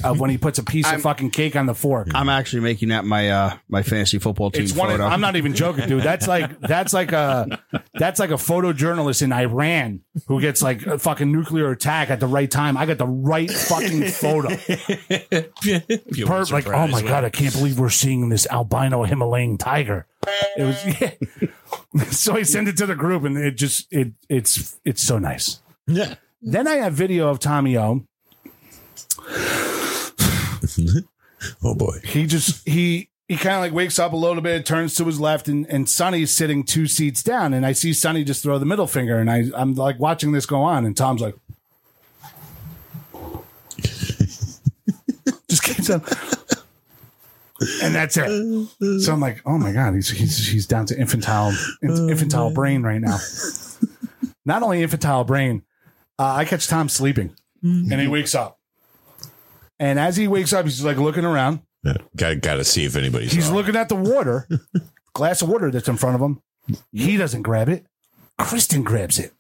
of when he puts a piece of fucking cake on the fork. I'm actually making that my uh my fantasy football team It's one. Of, photo. I'm not even joking, dude. That's like that's like a that's like a photojournalist in Iran who gets like a fucking nuclear attack at the right time. I got the right fucking photo. Per- like, oh my god, I can't believe we're seeing this albino Himalayan tiger. It was yeah. so I sent it to the group, and it just it it's it's so nice. Yeah. Then I have video of Tommy O. Oh boy. he just he he kind of like wakes up a little bit, turns to his left, and and Sonny's sitting two seats down, and I see Sonny just throw the middle finger, and I I'm like watching this go on, and Tom's like, just keeps on, and that's it. So I'm like, oh my god, he's he's he's down to infantile infantile brain right now. Not only infantile brain, uh, I catch Tom sleeping, and he wakes up, and as he wakes up, he's just like looking around. Got got to see if anybody's. He's off. looking at the water, glass of water that's in front of him. He doesn't grab it. Kristen grabs it.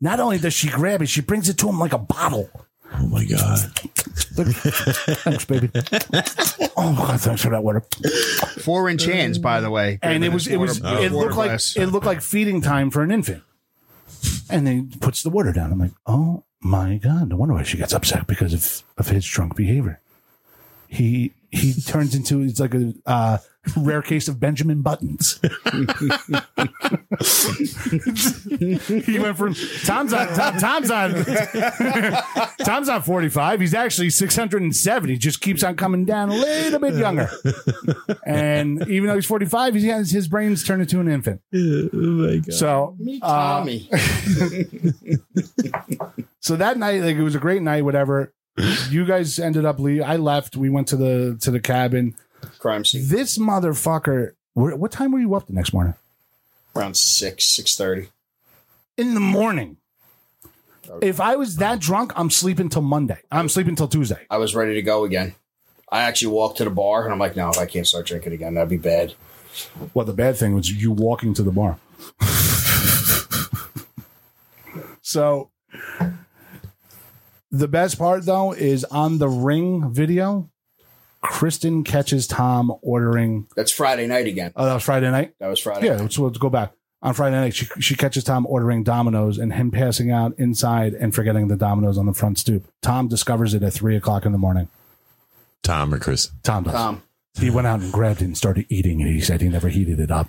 Not only does she grab it, she brings it to him like a bottle. oh my god. Thanks, baby. oh my god, thanks for that water. Four inch hands, by the way. And it was it was Water- it looked water like glass. it looked like feeding time for an infant. And then he puts the water down. I'm like, oh my god, no wonder why she gets upset because of of his drunk behavior. He he turns into he's like a uh, rare case of Benjamin Buttons. he went from Tom's on Tom, Tom's on Tom's on 45. He's actually 670. Just keeps on coming down a little bit younger. And even though he's 45, he's got- his brain's turned into an infant. So uh, Tommy. so that night, like it was a great night, whatever. You guys ended up leaving. I left. We went to the to the cabin. crime scene This motherfucker. wh- What time were you up the next morning? around six six thirty. in the morning. If I was that drunk, I'm sleeping till Monday. I'm sleeping till Tuesday. I was ready to go again. I actually walked to the bar and I'm like, no, I can't start drinking again. That'd be bad. Well, the bad thing was you walking to the bar. so the best part though is on the ring video, Kristen catches Tom ordering That's Friday night again. oh that was Friday night. That was Friday. Yeah, let's, let's go back. On Friday night, she, she catches Tom ordering dominoes and him passing out inside and forgetting the dominoes on the front stoop. Tom discovers it at three o'clock in the morning. Tom or Chris? Tom does. Tom. He went out and grabbed it and started eating it. He said he never heated it up.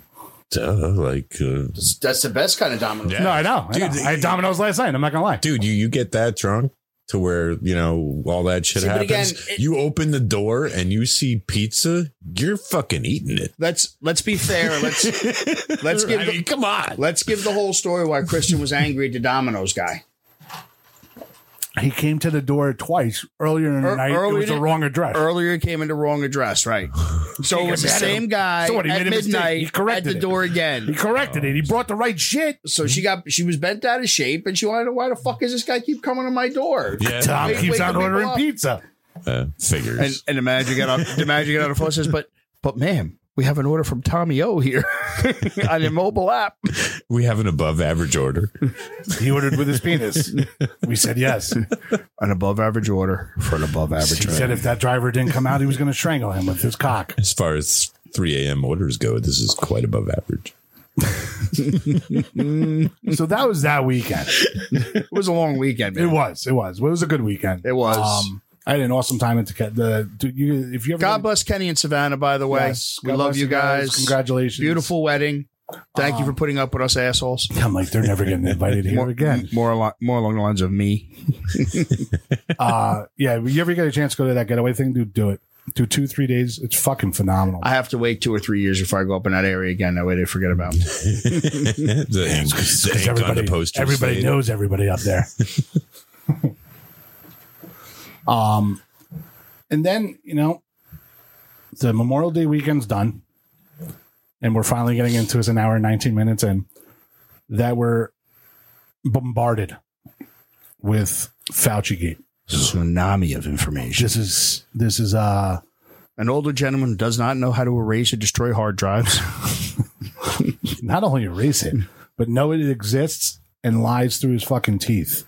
Duh, like, uh, That's the best kind of domino. Yeah. No, I know. I, Dude, know. I had Domino's last night. I'm not gonna lie. dude, you you get that drunk to where you know all that shit See, but happens. again, it- you open the door and you see pizza. You're fucking eating it. Let's let's be fair. Let's let's give I the- mean, come on. let's give the whole story why Christian was angry at the Domino's guy. He came to the door twice earlier in the Er- night. It early was the in- wrong address. Earlier came in the wrong address, right? So it was the mad at same him. guy So what, he at made a mistake. He midnight at corrected the it. door he again. corrected Oh. it. He brought the right shit. So she got she was bent out of shape, and she wanted to, why the fuck is this guy keep coming to my door? Yeah, Tom Wait, keeps wait, on wait, ordering wait. pizza. uh, figures. And, and the manager got off. The manager got on the phone and says, "But, but, ma'am, we have an order from Tommy O here on a mobile app. We have an above average order. He ordered with his penis. We said yes. An above average order for an above average He order. said if that driver didn't come out, he was going to strangle him with his cock. As far as 3 a.m. orders go, this is quite above average. So that was that weekend. It was a long weekend, It man. was. It was. It was a good weekend. Um, It was. I had an awesome time at Teca- the. do you, if you ever God bless Kenny and Savannah, by the way. Yes. we God love bless you guys. Congratulations. Um, Beautiful wedding. Thank you for putting up with us assholes. I'm like they're never getting invited here More, again. more, along, more along the lines of me. Uh, yeah. If you ever get a chance to go to that getaway thing, do do it. Do two three days. It's fucking phenomenal. I have to wait two or three years before I go up in that area again. That way they forget about me. the ink, the ink Because on everybody, the posters eh? everybody fade. knows everybody up there. um, and then you know, the Memorial Day weekend's done, and we're finally getting into is an hour and nineteen minutes in that we're bombarded with Fauci Gate. Tsunami of information. This is this is uh An older gentleman who does not know how to erase or destroy hard drives. not only erase it, but know it exists and lies through his fucking teeth.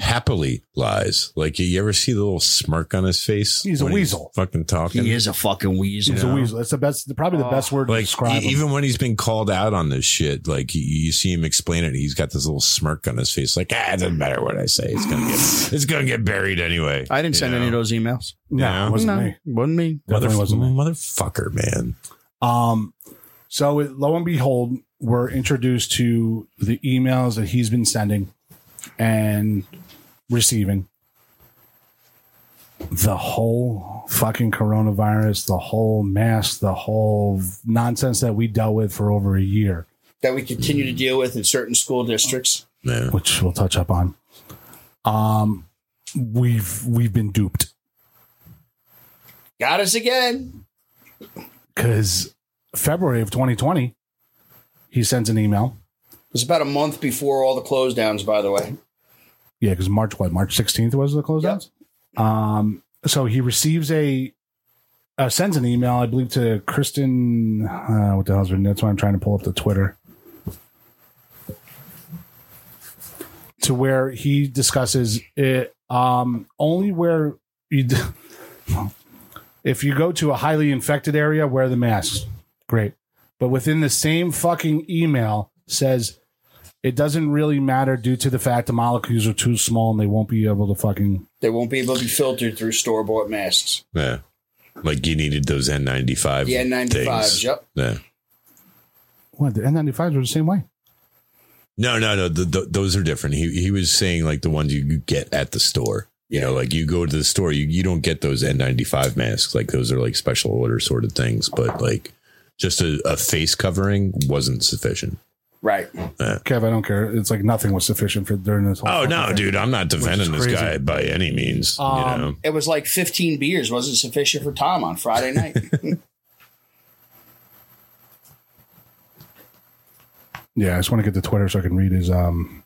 happily lies. Like you ever see the little smirk on his face? He's a when weasel. fucking talking. he is a fucking weasel. He's a weasel. That's the best, probably the best word to Like describe e- him. even when he's been called out on this shit, like you, you see him explain it, he's got this little smirk on his face. Like ah, it doesn't matter what I say. It's gonna get it's gonna get buried anyway. I didn't send any of those emails. No, Yeah. it wasn't no, me. wasn't me. Mother, Definitely wasn't me. motherfucker, man. Um, so it, lo and behold, we're introduced to the emails that he's been sending and receiving. The whole fucking coronavirus, the whole mask, the whole nonsense that we dealt with for over a year, That we continue to deal with in certain school districts. Yeah. which we'll touch up on. Um, we've we've been duped Got us again. because February of 2020, he sends an email. It was about a month before all the close downs, by the way. yeah, because March what March sixteenth was the closeouts. Um, so he receives a uh, sends an email, I believe, to Kristen. Uh, what the hell's her name? That's why I'm trying to pull up the Twitter. To where he discusses it um, only where you. D- if you go to a highly infected area, wear the mask. Great, but within the same fucking email says it doesn't really matter due to the fact the molecules are too small and they won't be able to fucking They won't be able to be filtered through store bought masks. Yeah. Like you needed those N95. The N95s, things. yep. Yeah. what the N95s were the same way. No, no, no. th th those are different. He he was saying like the ones you get at the store. You know, like you go to the store, you, you don't get those N95 masks. Like those are like special order sort of things. But like just a, a face covering wasn't sufficient. Right. Kev, I don't care. It's like nothing was sufficient for during this whole. Oh fucking no, thing. dude, I'm not defending this crazy. Um, guy by any means. you know, It was like 15 beers wasn't sufficient for Tom on Friday night. Yeah, I just want to get to Twitter so I can read his um,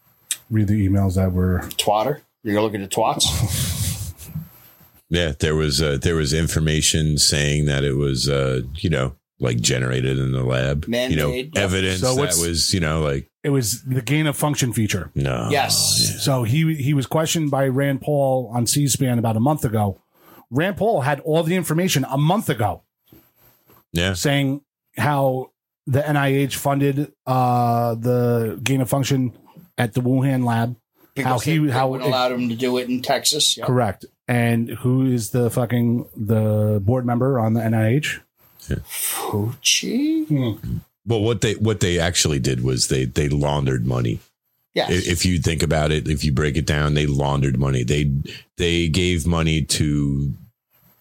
read the emails that were. Twatter. You're going to look at the twats. yeah, there was uh, there was information saying that it was uh, you know like generated in the lab. you know, Man-made. evidence So that what's- was you know like It was the gain of function feature. no, Yes. So he he was questioned by Rand Paul on C-SPAN about a month ago. Rand Paul had all the information a month ago. yeah, saying how the NIH funded uh, the gain of function at the Wuhan lab. Because how he they- they how wouldn't allowed him to do it in Texas. Yep. correct and who is the fucking the board member on the NIH? Poochie? Well, what they what they actually did was they they laundered money. Yes. If if you think about it, if you break it down, they laundered money. They they gave money to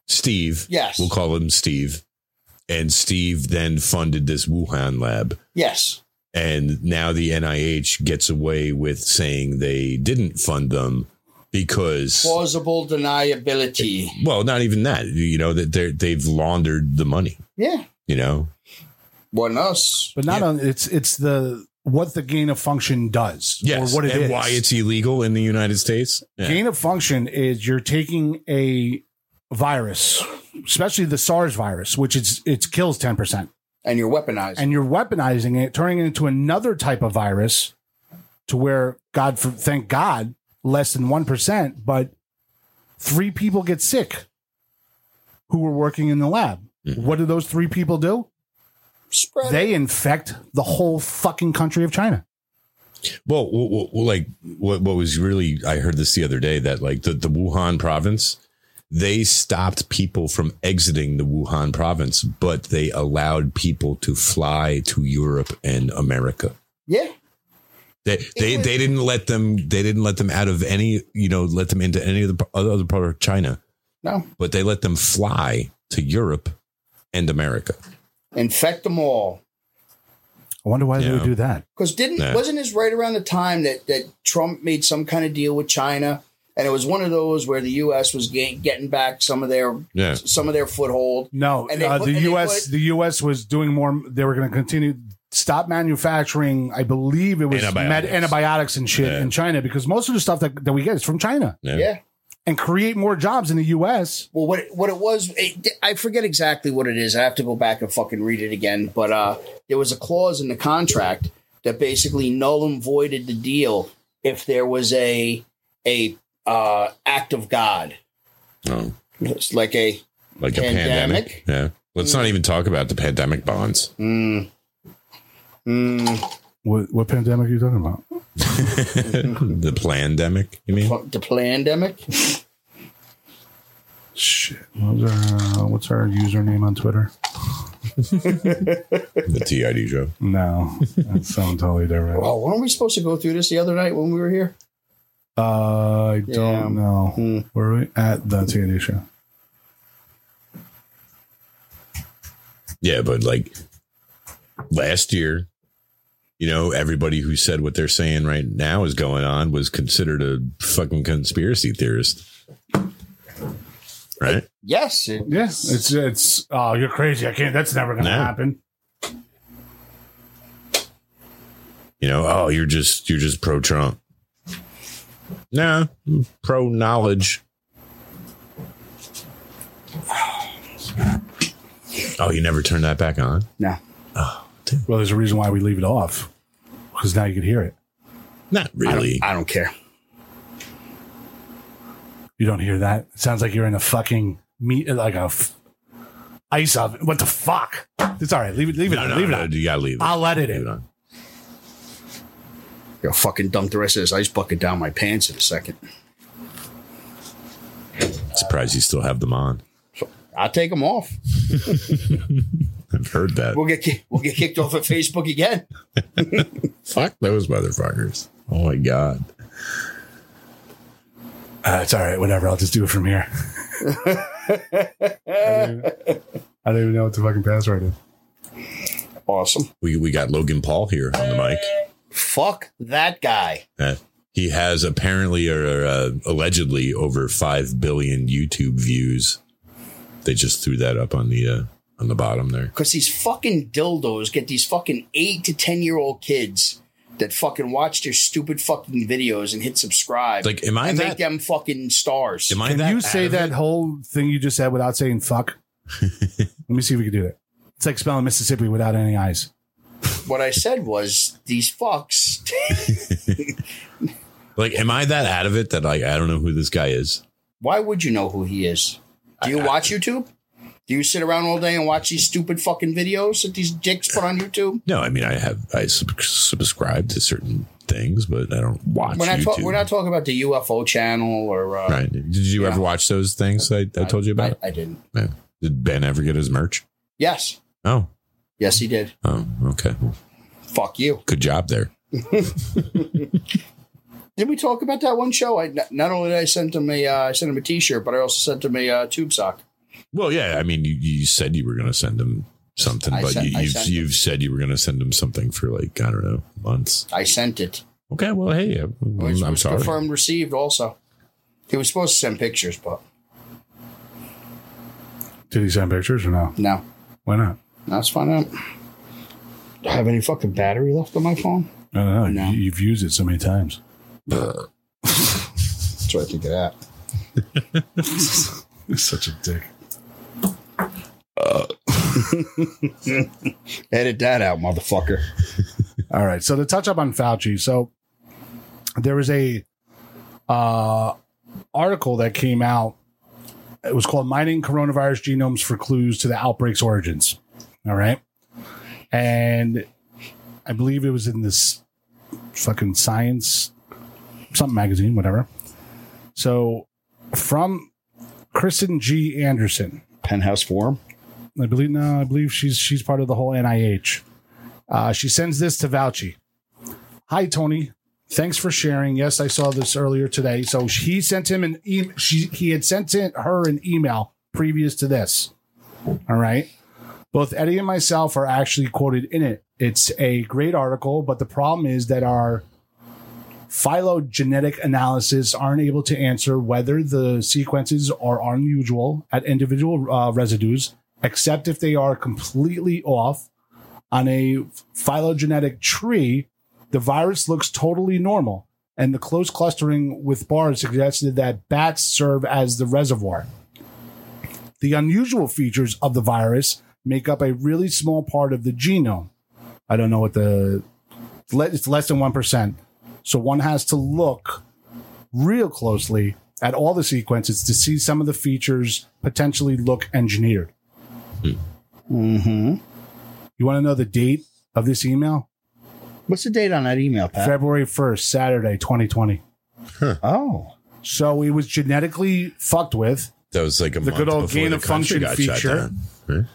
Steve. Yes. we'll call him Steve. And Steve then funded this Wuhan lab, yes. and now the NIH gets away with saying they didn't fund them because Plausible deniability. well, not even that. You know that they they've laundered the money. Yeah. You know, One us. But not on it's it's the what the gain of function does yes, or what it is. and why it's illegal in the United States. Yeah. gain of function is you're taking a virus especially the SARS virus, which it's it kills ten percent, and you're weaponized. and you're weaponizing it, turning it into another type of virus, to where God, for, thank God, less than one percent, but three people get sick who were working in the lab. Mm-hmm. What do those three people do? Spread it. They infect the whole fucking country of China. Well, well, well, well, like what what was really I heard this the other day that like the, the Wuhan province they stopped people from exiting the Wuhan province, but they allowed people to fly to Europe and America. Yeah. They they, they didn't let them they didn't let them out of any you know let them into any of the p- other part of China, No. but they let them fly to Europe and America. Infect them all. I wonder why they would Yeah. do that. Because didn't Yeah. wasn't this right around the time that that Trump made some kind of deal with China, and it was one of those where the U.S. was get, getting back some of their Yeah. some of their foothold. No, And they uh, put- the and they U.S. put- the U.S. was doing more. They were going to continue stop manufacturing. I believe it was Antibiotics. Med, antibiotics and shit Yeah. in China because most of the stuff that, that we get is from China Yeah. Yeah. and create more jobs in the U.S. Well, what it, what it was, it, I forget exactly what it is. I have to go back and fucking read it again. But uh, there was a clause in the contract that basically null and voided the deal if there was a a uh, act of God, Oh, it's like a like a Pandemic? pandemic. Yeah. Let's not even talk about the pandemic bonds. mm, mm, What, what pandemic are you talking about? the pandemic, you mean? fuck, the pandemic. Shit. What was our, uh, what's our username on Twitter? The TID show. No, that sounds totally different. Oh, weren't we supposed to go through this the other night when we were here? Uh, I don't Yeah. know. Hmm. Were we at the TNA show? Yeah, but like last year, you know, everybody who said what they're saying right now is going on was considered a fucking conspiracy theorist. Right? Yes. it- Yeah, it's it's. Oh, you're crazy! I can't. That's never going to No. happen. You know, oh, you're just you're just pro Trump. Nah, pro knowledge. Oh, you never turned that back on? No. Well, there's a reason why we leave it off because now you can hear it. Not really. I don't care. You don't hear that? It sounds like you're in a fucking meat, like a f- ice oven. What the fuck? It's all right. Leave it. Leave it. No, on, no, leave it. no, on. you gotta leave it. I'll let it Leave in. on. You'll fucking dump the rest of this ice bucket down my pants in a second. Surprised you still have them on. I'll take them off. I've heard that. We'll get ki- we'll get kicked off of Facebook again. Fuck those motherfuckers. Oh my God. Uh, it's all right. Whatever. I'll just do it from here. I don't even know what the fucking password is. Awesome. We, we got Logan Paul here on the mic. Fuck that guy. Uh, he has apparently or uh, allegedly over 5 billion YouTube views. They just threw that up on the uh, on the bottom there. Because these fucking dildos get these fucking eight to ten year old kids that fucking watch their stupid fucking videos and hit subscribe. Like, am I and that? make them fucking stars. am I Can that you say out of that it? whole thing you just said without saying fuck? Let me see if we can do that. It's like spelling Mississippi without any eyes. what I said was these fucks. Like, am I that out of it that like I don't know who this guy is? Why would you know who he is? Do you watch YouTube? Do you sit around all day and watch these stupid fucking videos that these dicks put on YouTube? No, I mean I have I sub- subscribe to certain things, but I don't watch. We're not, YouTube. ta- we're not talking about the UFO channel or uh, right. Did you ever watch those things I, I told you about? I, I didn't. Yeah. Did Ben ever get his merch? Yes, Oh, yes, he did. oh, okay. Fuck you. Good job there. Did we talk about that one show? I not- not only did I send him a uh, I sent him a T-shirt, but I also sent him a uh, tube sock. Well, yeah. I mean, you, you said you were going to send him something, I but sent- you, I you've sent him. you've said you were going to send him something for like I don't know months. I sent it. Okay. Well, hey, I'm, Which Mm, I'm was sorry. Confirmed received. Also, he was supposed to send pictures, but Did he send pictures or no? no. Why not? Let's find out. Do I have any fucking battery left on my phone? I don't know. No. You- You've used it so many times. That's what I think of that. Such a dick. Uh. Edit that out, motherfucker. All right. So to touch up on Fauci, so there was a uh, article that came out. It was called "Mining Coronavirus Genomes for Clues to the Outbreak's Origins." All right, and I believe it was in this fucking Science, something magazine, whatever. So from Kristen G. Anderson, Penthouse Forum. I believe no, I believe she's she's part of the whole NIH. Uh, she sends this to Fauci. Hi Tony, thanks for sharing. Yes, I saw this earlier today. So he sent him an e- she he had sent in, her an email previous to this. All right. Both Eddie and myself are actually quoted in it. It's a great article, but the problem is that our phylogenetic analysis aren't able to answer whether the sequences are unusual at individual uh, residues, except if they are completely off on a phylogenetic tree. The virus looks totally normal, and the close clustering with bars suggested that bats serve as the reservoir. The unusual features of the virus make up a really small part of the genome. I don't know what the it's le- it's less than 1%. So one has to look real closely at all the sequences to see some of the features potentially look engineered. Mm-hmm. You want to know the date of this email? What's the date on that email, Uh. Pat? February 1st, Saturday, 2020. oh. So it was genetically fucked with. That was like a The month good old before gain the of function country got shut feature. down, right?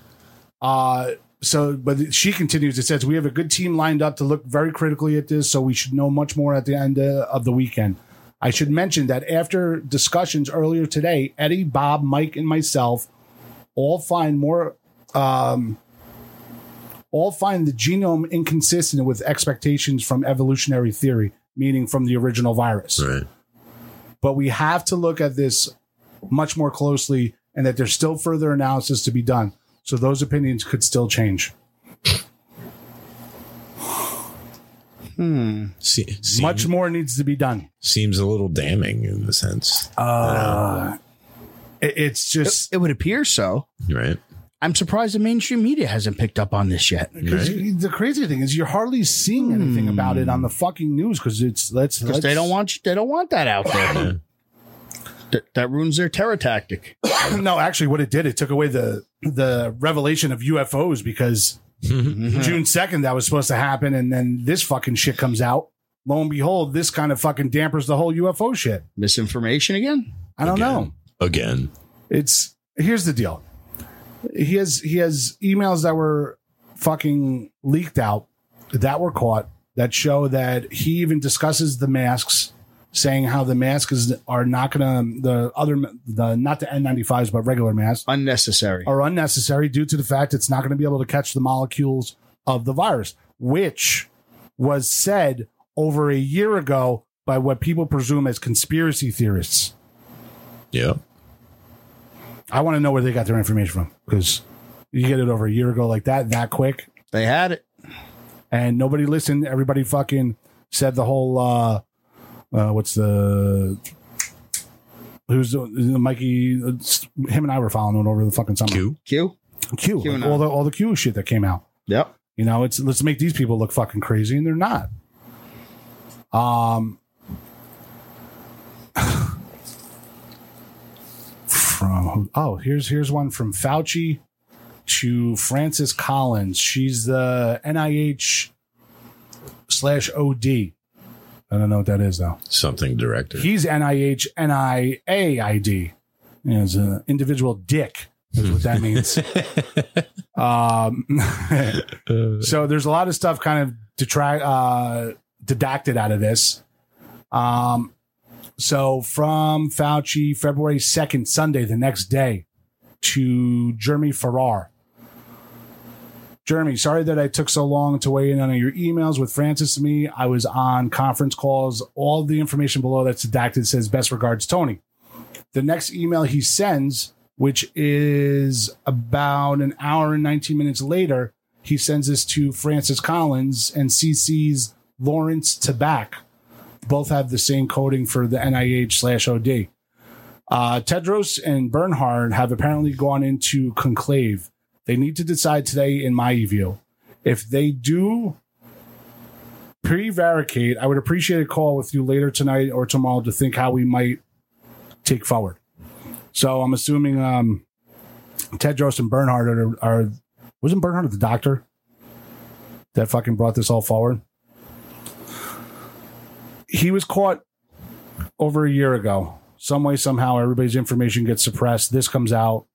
Uh, so, but she continues. It says we have a good team lined up to look very critically at this, so we should know much more at the end uh, of the weekend. I should mention that after discussions earlier today, Eddie, Bob, Mike, and myself all find more, um, all find the genome inconsistent with expectations from evolutionary theory, meaning from the original virus Right. but we have to look at this much more closely and that there's still further analysis to be done. So those opinions could still change. Se- seem- Much more needs to be done. seems a little damning in the sense, Uh, It- It's just It would appear so. right? I'm surprised the mainstream media hasn't picked up on this yet. 'cause you- the crazy thing is you're hardly seeing anything about it on the fucking news because it's let's Hmm. Because they let's- don't want they don't want that out there. that, that ruins their terror tactic. no actually what it did it took away the the revelation of UFOs because Mm-hmm. June second that was supposed to happen and then this fucking shit comes out lo and behold this kind of fucking dampers the whole UFO shit Misinformation again? I don't Again. know Again, it's here's the deal. He has he has emails that were fucking leaked out that were caught that show that he even discusses the masks, saying how the masks is, are not gonna the other the not the N95s but regular masks Unnecessary. are unnecessary due to the fact it's not gonna be able to catch the molecules of the virus, which was said over a year ago by what people presume as conspiracy theorists. yeah. I want to know where they got their information from because you get it over a year ago like that, that quick, They had it. and nobody listened. Everybody fucking said the whole uh, uh what's the who's the, the Mikey? it's- Him and I were following it over the fucking summer. Q. Q. Q, Q like and I. all the all the Q shit that came out. Yep. You know, it's let's make these people look fucking crazy, and they're not. Um, from oh, here's here's one from Fauci to Frances Collins. She's the NIH slash OD. I don't know what that is though. Something director. He's NIH NIAID. You know, it's an individual dick is what that means. um, so there's a lot of stuff kind of detract, uh, deducted out of this. Um, so from Fauci, February 2nd, Sunday, the next day, to Jeremy Farrar. Jeremy, sorry that I took so long to weigh in on your emails with Francis and me. I was on conference calls. All the information below that's redacted says best regards, Tony. The next email he sends, which is about an hour and 19 minutes later, he sends this to Francis Collins and CC's Lawrence Tabac. Both have the same coding for the NIH slash OD. Uh, Tedros and Bernhard have apparently gone into conclave They need to decide today, in my view, if they do prevaricate. I would appreciate a call with you later tonight or tomorrow to think how we might take forward. So I'm assuming um, Tedros and Bernhard are, are wasn't Bernhard the doctor that fucking brought this all forward? He was caught over a year ago. Some way, somehow, everybody's information gets suppressed. This comes out.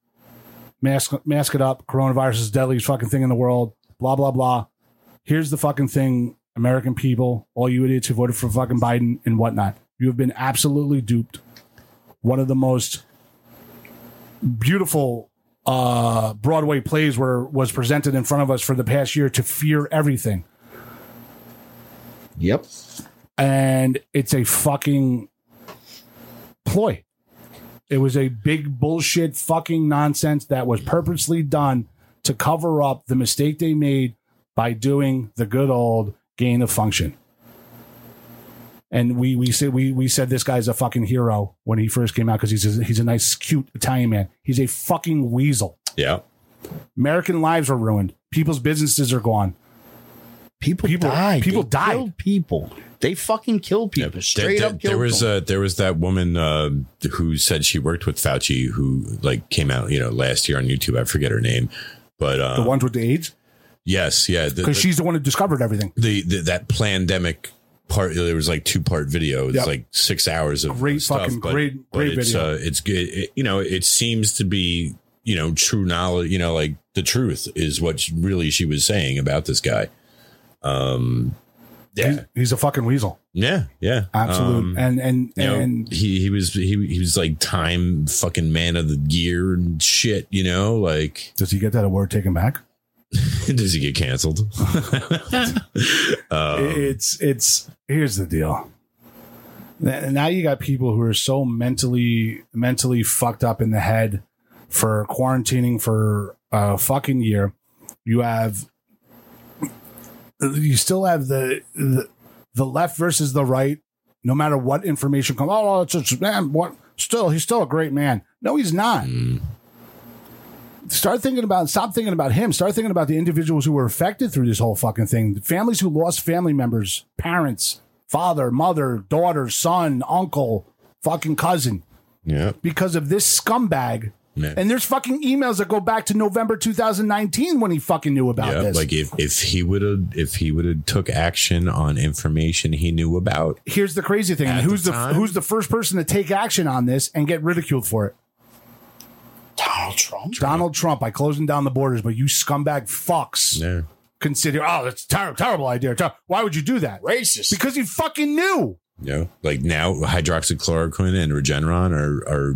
Mask, mask it up. Coronavirus is the deadliest fucking thing in the world. Blah blah blah. Here's the fucking thing, American people, all you idiots who voted for fucking Biden and whatnot. You have been absolutely duped. One of the most beautiful uh, Broadway plays were was presented in front of us for the past year to fear everything. Yep. and it's a fucking ploy. It was a big bullshit fucking nonsense that was purposely done to cover up the mistake they made by doing the good old gain of function. And we we said we we said this guy's a fucking hero when he first came out because he's a, he's a nice cute Italian man. He's a fucking weasel. Yeah. American lives were ruined. People's businesses are gone. People, People- died. people They died. Killed people. They fucking killed people. Straight there, up there, killed there was them. a, there was that woman uh, who said she worked with Fauci who like came out you know last year on YouTube I forget her name but uh, The ones with the AIDS, yes yeah the- because the- she's the one who discovered everything. the, the that pandemic part there was like two part video it's Yep. like six hours of Great stuff, fucking- great- great it's, video. uh, it's good it, you know it seems to be you know true knowledge you know like the truth is what she- really she was saying about this guy um yeah He's, he's a fucking weasel. yeah yeah Absolute. Um, and and you know, and he he was he he was like time fucking man of the year and shit. You know, like does he get that award taken back? does he get canceled? um, it's it's here's the deal. N- Now you got people who are so mentally mentally fucked up in the head for quarantining for a fucking year. You have you still have the the, the left versus the right. No matter what information comes, oh, it's just, man, what? Still, he's still a great man. No, he's not. start thinking about stop thinking about him start thinking about the individuals who were affected through this whole fucking thing the families who lost family members parents father mother daughter son uncle fucking cousin yeah, because of this scumbag Yeah. and there's fucking emails that go back to november 2019 when he fucking knew about yeah. this Like if if he would have if he would have took action on information he knew about, here's the crazy thing At who's the the, time- who's the first person to take action on this and get ridiculed for it Donald Trump. donald trump by closing down the borders but you scumbag fucks yeah, consider oh that's a ter- terrible idea Ter- why would you do that Racist. because he fucking knew you know, like now hydroxychloroquine and Regeneron are are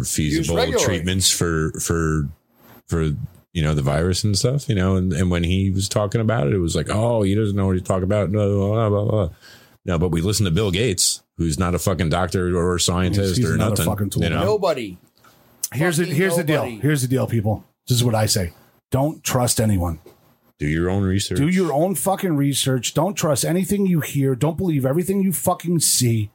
are feasible regularly. treatments for for for you know the virus and stuff. You know, and, and when he was talking about it, it was like, oh, he doesn't know what he's talking about. Blah, blah, blah, blah, blah. No, but we listen to Bill Gates, who's not a fucking doctor or a scientist He's- he's or another nothing. fucking tool. you know? Nobody. Here's the Fucking here's the deal. nobody. Here's the deal, people. This is what I say. Don't trust anyone. Do your own research. Do your own fucking research. Don't trust anything you hear. Don't believe everything you fucking see.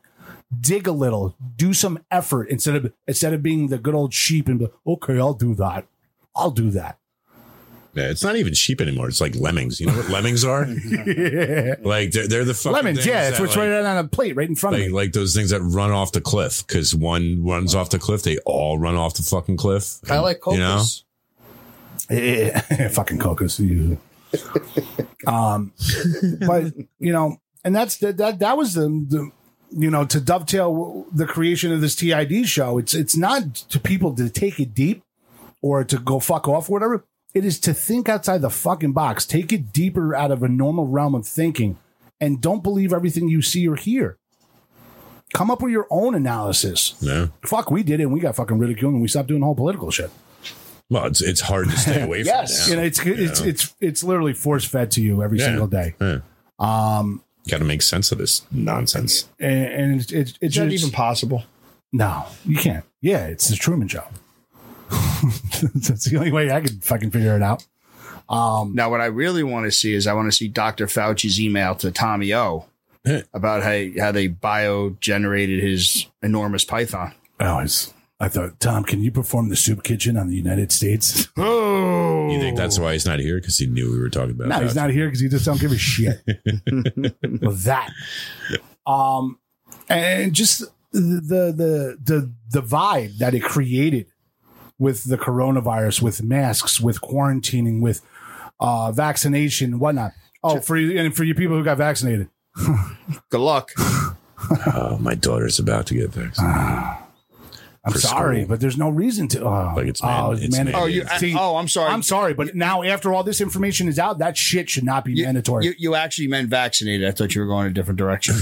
Dig a little. Do some effort instead of instead of being the good old sheep and be, okay, I'll do that. I'll do that. Yeah, it's not even sheep anymore. It's like lemmings. You know what lemmings are? Like they're, they're the fucking Lemons, things yeah, it's that, what's like- right on a plate right in front like, of me. like those things that run off the cliff because one runs off the cliff, they all run off the fucking cliff. I like You Cocos. know? Eh, fucking cocos. you. um, but you know, and that's that. That, that was the, the you know to dovetail w- the creation of this TID show. It's it's not to people to take it deep or to go fuck off or whatever. It is to think outside the fucking box. Take it deeper out of a normal realm of thinking, and don't believe everything you see or hear. Come up with your own analysis. No. Fuck, we did it. and We got fucking ridiculed, and we stopped doing the whole political shit. Well, it's it's hard to stay away Yes. from You now. know, it's it's it's it's literally force fed to you every Yeah. single day, Um, Yeah. Got to make sense of this nonsense. and, and it's it's, it's Is that just- even possible? no, you can't. Yeah, it's the Truman Show. That's the only way I could fucking figure it out. Now, what I really want to see is I want to see Dr. Fauci's email to Tommy O about how, how they bio generated his enormous python. Oh, it's I thought, Tom, can you perform the soup kitchen on the United States? You think that's why he's not here? Because he knew we were talking about. No, he's that. not here because he just don't give a shit. well, that, um, and just the the the the vibe that it created with the coronavirus, with masks, with quarantining, with uh, vaccination, whatnot. Oh, for you and for you people who got vaccinated, Good luck. Oh, my daughter's about to get vaccinated. Ah. I'm For sorry, school. but there's no reason to. Oh, Like, it's man- it's Oh, mandated. you. I- See, oh, I'm sorry. I'm sorry, but now after all this information is out, that shit should not be You- mandatory. You, you actually meant vaccinated. I thought you were going a different direction.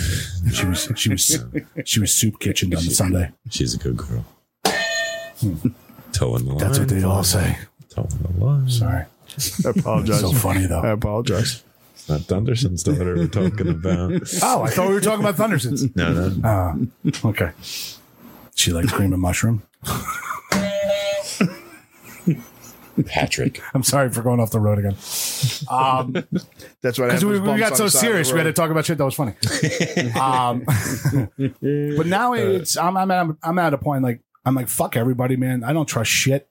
she was she was she was soup kitchened on the Sunday. She's a good girl. Telling the line. Hmm. That's what they all say. Telling the line. Sorry. Uh, I apologize. So funny I though. apologize. It's not Thunderson's daughter we're talking about. Oh, I thought we were talking about Thundersons. No, no. Okay. She likes cream and mushroom. Patrick. I'm sorry for going off the road again. Um, That's what because happens. we, we Bumps got on so the side of the serious, we had road. to talk about shit that was funny. um, but now it's I'm I'm at, I'm at a point like I'm like fuck everybody, man. I don't trust shit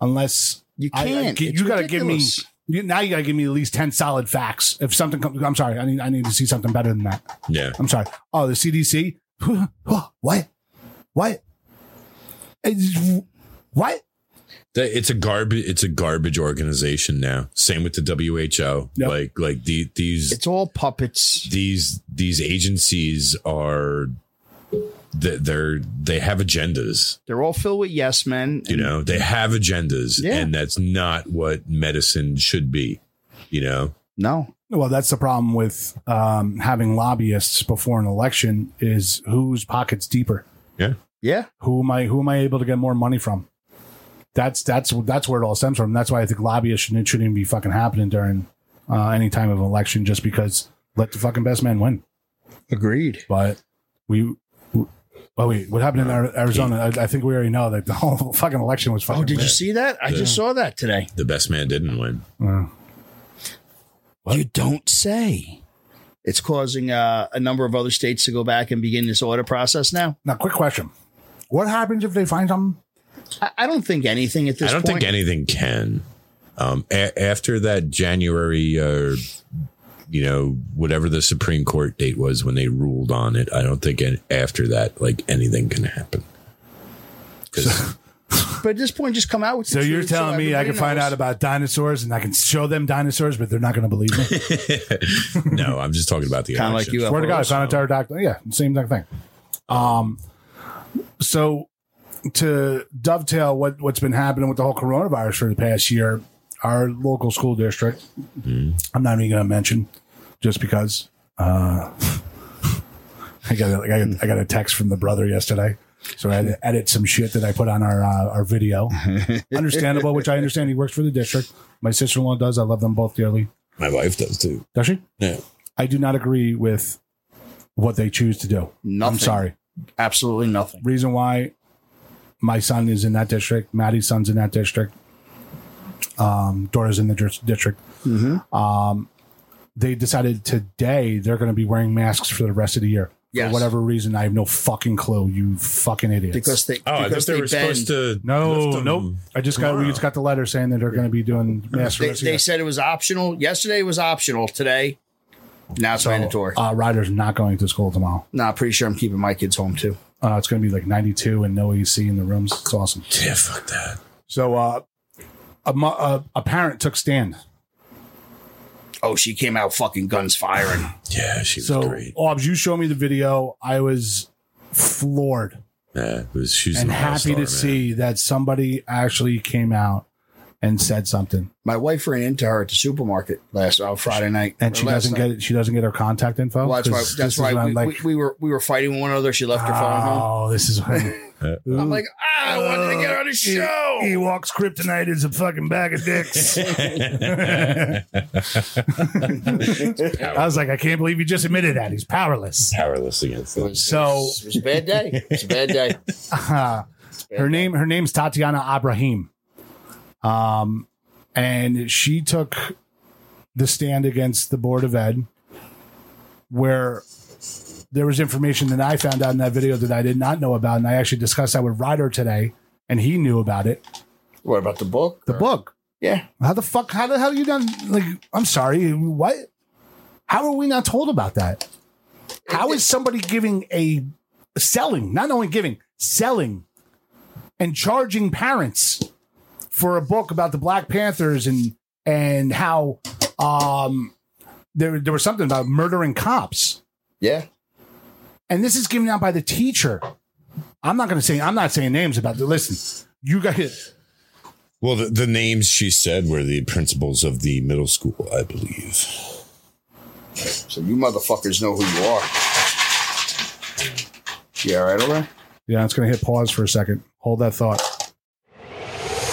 unless You I- I can't. get- It's you gotta give me ridiculous. you, now. You gotta give me at least ten solid facts. If something comes, I'm sorry. I need I need to see something better than that. Yeah. I'm sorry. Oh, the CDC. what? What? It's- What? That- It's a garbage it's a garbage organization now. Same with the WHO. Yep. Like like the, these It's all puppets. these these agencies are they- they're they have agendas They're all filled with yes men. you know they have agendas Yeah. and that's not what medicine should be you know No. Well, that's the problem with um, having lobbyists before an election is whose pockets deeper. Yeah. Who am I? Who am I able to get more money from? That's that's that's where it all stems from. That's why I think lobbyists shouldn't, shouldn't even be fucking happening during uh, any time of election, just because let the fucking best man win. Agreed. But we. Oh wait, what happened in Ari- Arizona? I, I think we already know that the whole fucking election was fucking. Oh, did you rigged. see that? I just saw that today. the best man didn't win Uh, You don't say. It's causing uh, a number of other states to go back and begin this audit process now. Now, quick question: What happens if they find something? I, I don't think anything at this i don't point. think anything can um a- after that january uh you know whatever the supreme court date was when they ruled on it i don't think an after that like anything can happen 'Cause but at this point, just come out with So the you're truth telling me I can everybody find knows. out about dinosaurs and I can show them dinosaurs, but they're not going to believe me. no i'm just talking about the Kinda like election. you uh, Swear to God, I UFOs. found a tire doctor. Yeah, same type of thing. Um, so to dovetail what what's been happening with the whole coronavirus for the past year, our local school district, I'm not even going to mention, just because. Uh, I got a, I got, I got a text from the brother yesterday. So I had to edit some shit that I put on our uh, our video. Understandable, which I understand. He works for the district. My sister in law does. I love them both dearly. my wife does too Does she? yeah I do not agree with what they choose to do. Nothing. I'm sorry. Absolutely nothing. Reason why my son is in that district, Maddie's son's in that district, um, Dora's in the dir- district. Mm-hmm. Um, they decided today they're going to be wearing masks for the rest of the year. Yes. For whatever reason, I have no fucking clue. You fucking idiots. Because they, oh i because thought they were banned- supposed to no, lift 'em. nope. I just got we just got the letter saying that they're going to be doing masks. for the They, rest of the they year. said it was optional. Yesterday was optional. Today, now it's mandatory. Uh, Ryder's not going to school tomorrow. No, I'm pretty sure I'm keeping my kids home too. Uh, it's going to be like 92 and no AC in the rooms. It's awesome. yeah fuck that So uh, a, mo- a, a parent took stand. Oh, she came out fucking guns firing. yeah she was So, great Obs, you showed me the video. I was floored yeah it was she's and an happy all-star, to man. see that somebody actually came out and said something. My wife ran into her at the supermarket last uh, Friday night, And she or last doesn't night. get it. She doesn't get her contact info. Well, that's why. 'Cause this That's is when why I'm we, like, we, we were we were fighting with one another. She left her phone home. oh, this is when I'm like, ah, I wanted to get her on the show. he walks kryptonite is a fucking bag of dicks. I was like, I can't believe you just admitted that. He's powerless. powerless against them. So It was a bad day. It's a bad day. her name her name's Tatiana Abrahim. Um and she took the stand against the Board of Ed where there was information that I found out in that video that I did not know about, and I actually discussed that with Ryder today, and he knew about it. What about the book? The book. Yeah. How the fuck? How the hell you done? Like, I'm sorry. What? How are we not told about that? How is somebody giving a selling, not only giving, selling and charging parents for a book about the Black Panthers and and how um there there was something about murdering cops. Yeah. And this is given out by the teacher. I'm not gonna say I'm not saying names about the listen, you guys Well, the, the names she said were the principals of the middle school, I believe. So you motherfuckers know who you are. You all right over there? Yeah, it's gonna hit pause for a second. Hold that thought.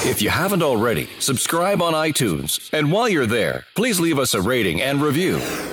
If you haven't already, subscribe on iTunes. And while you're there, please leave us a rating and review.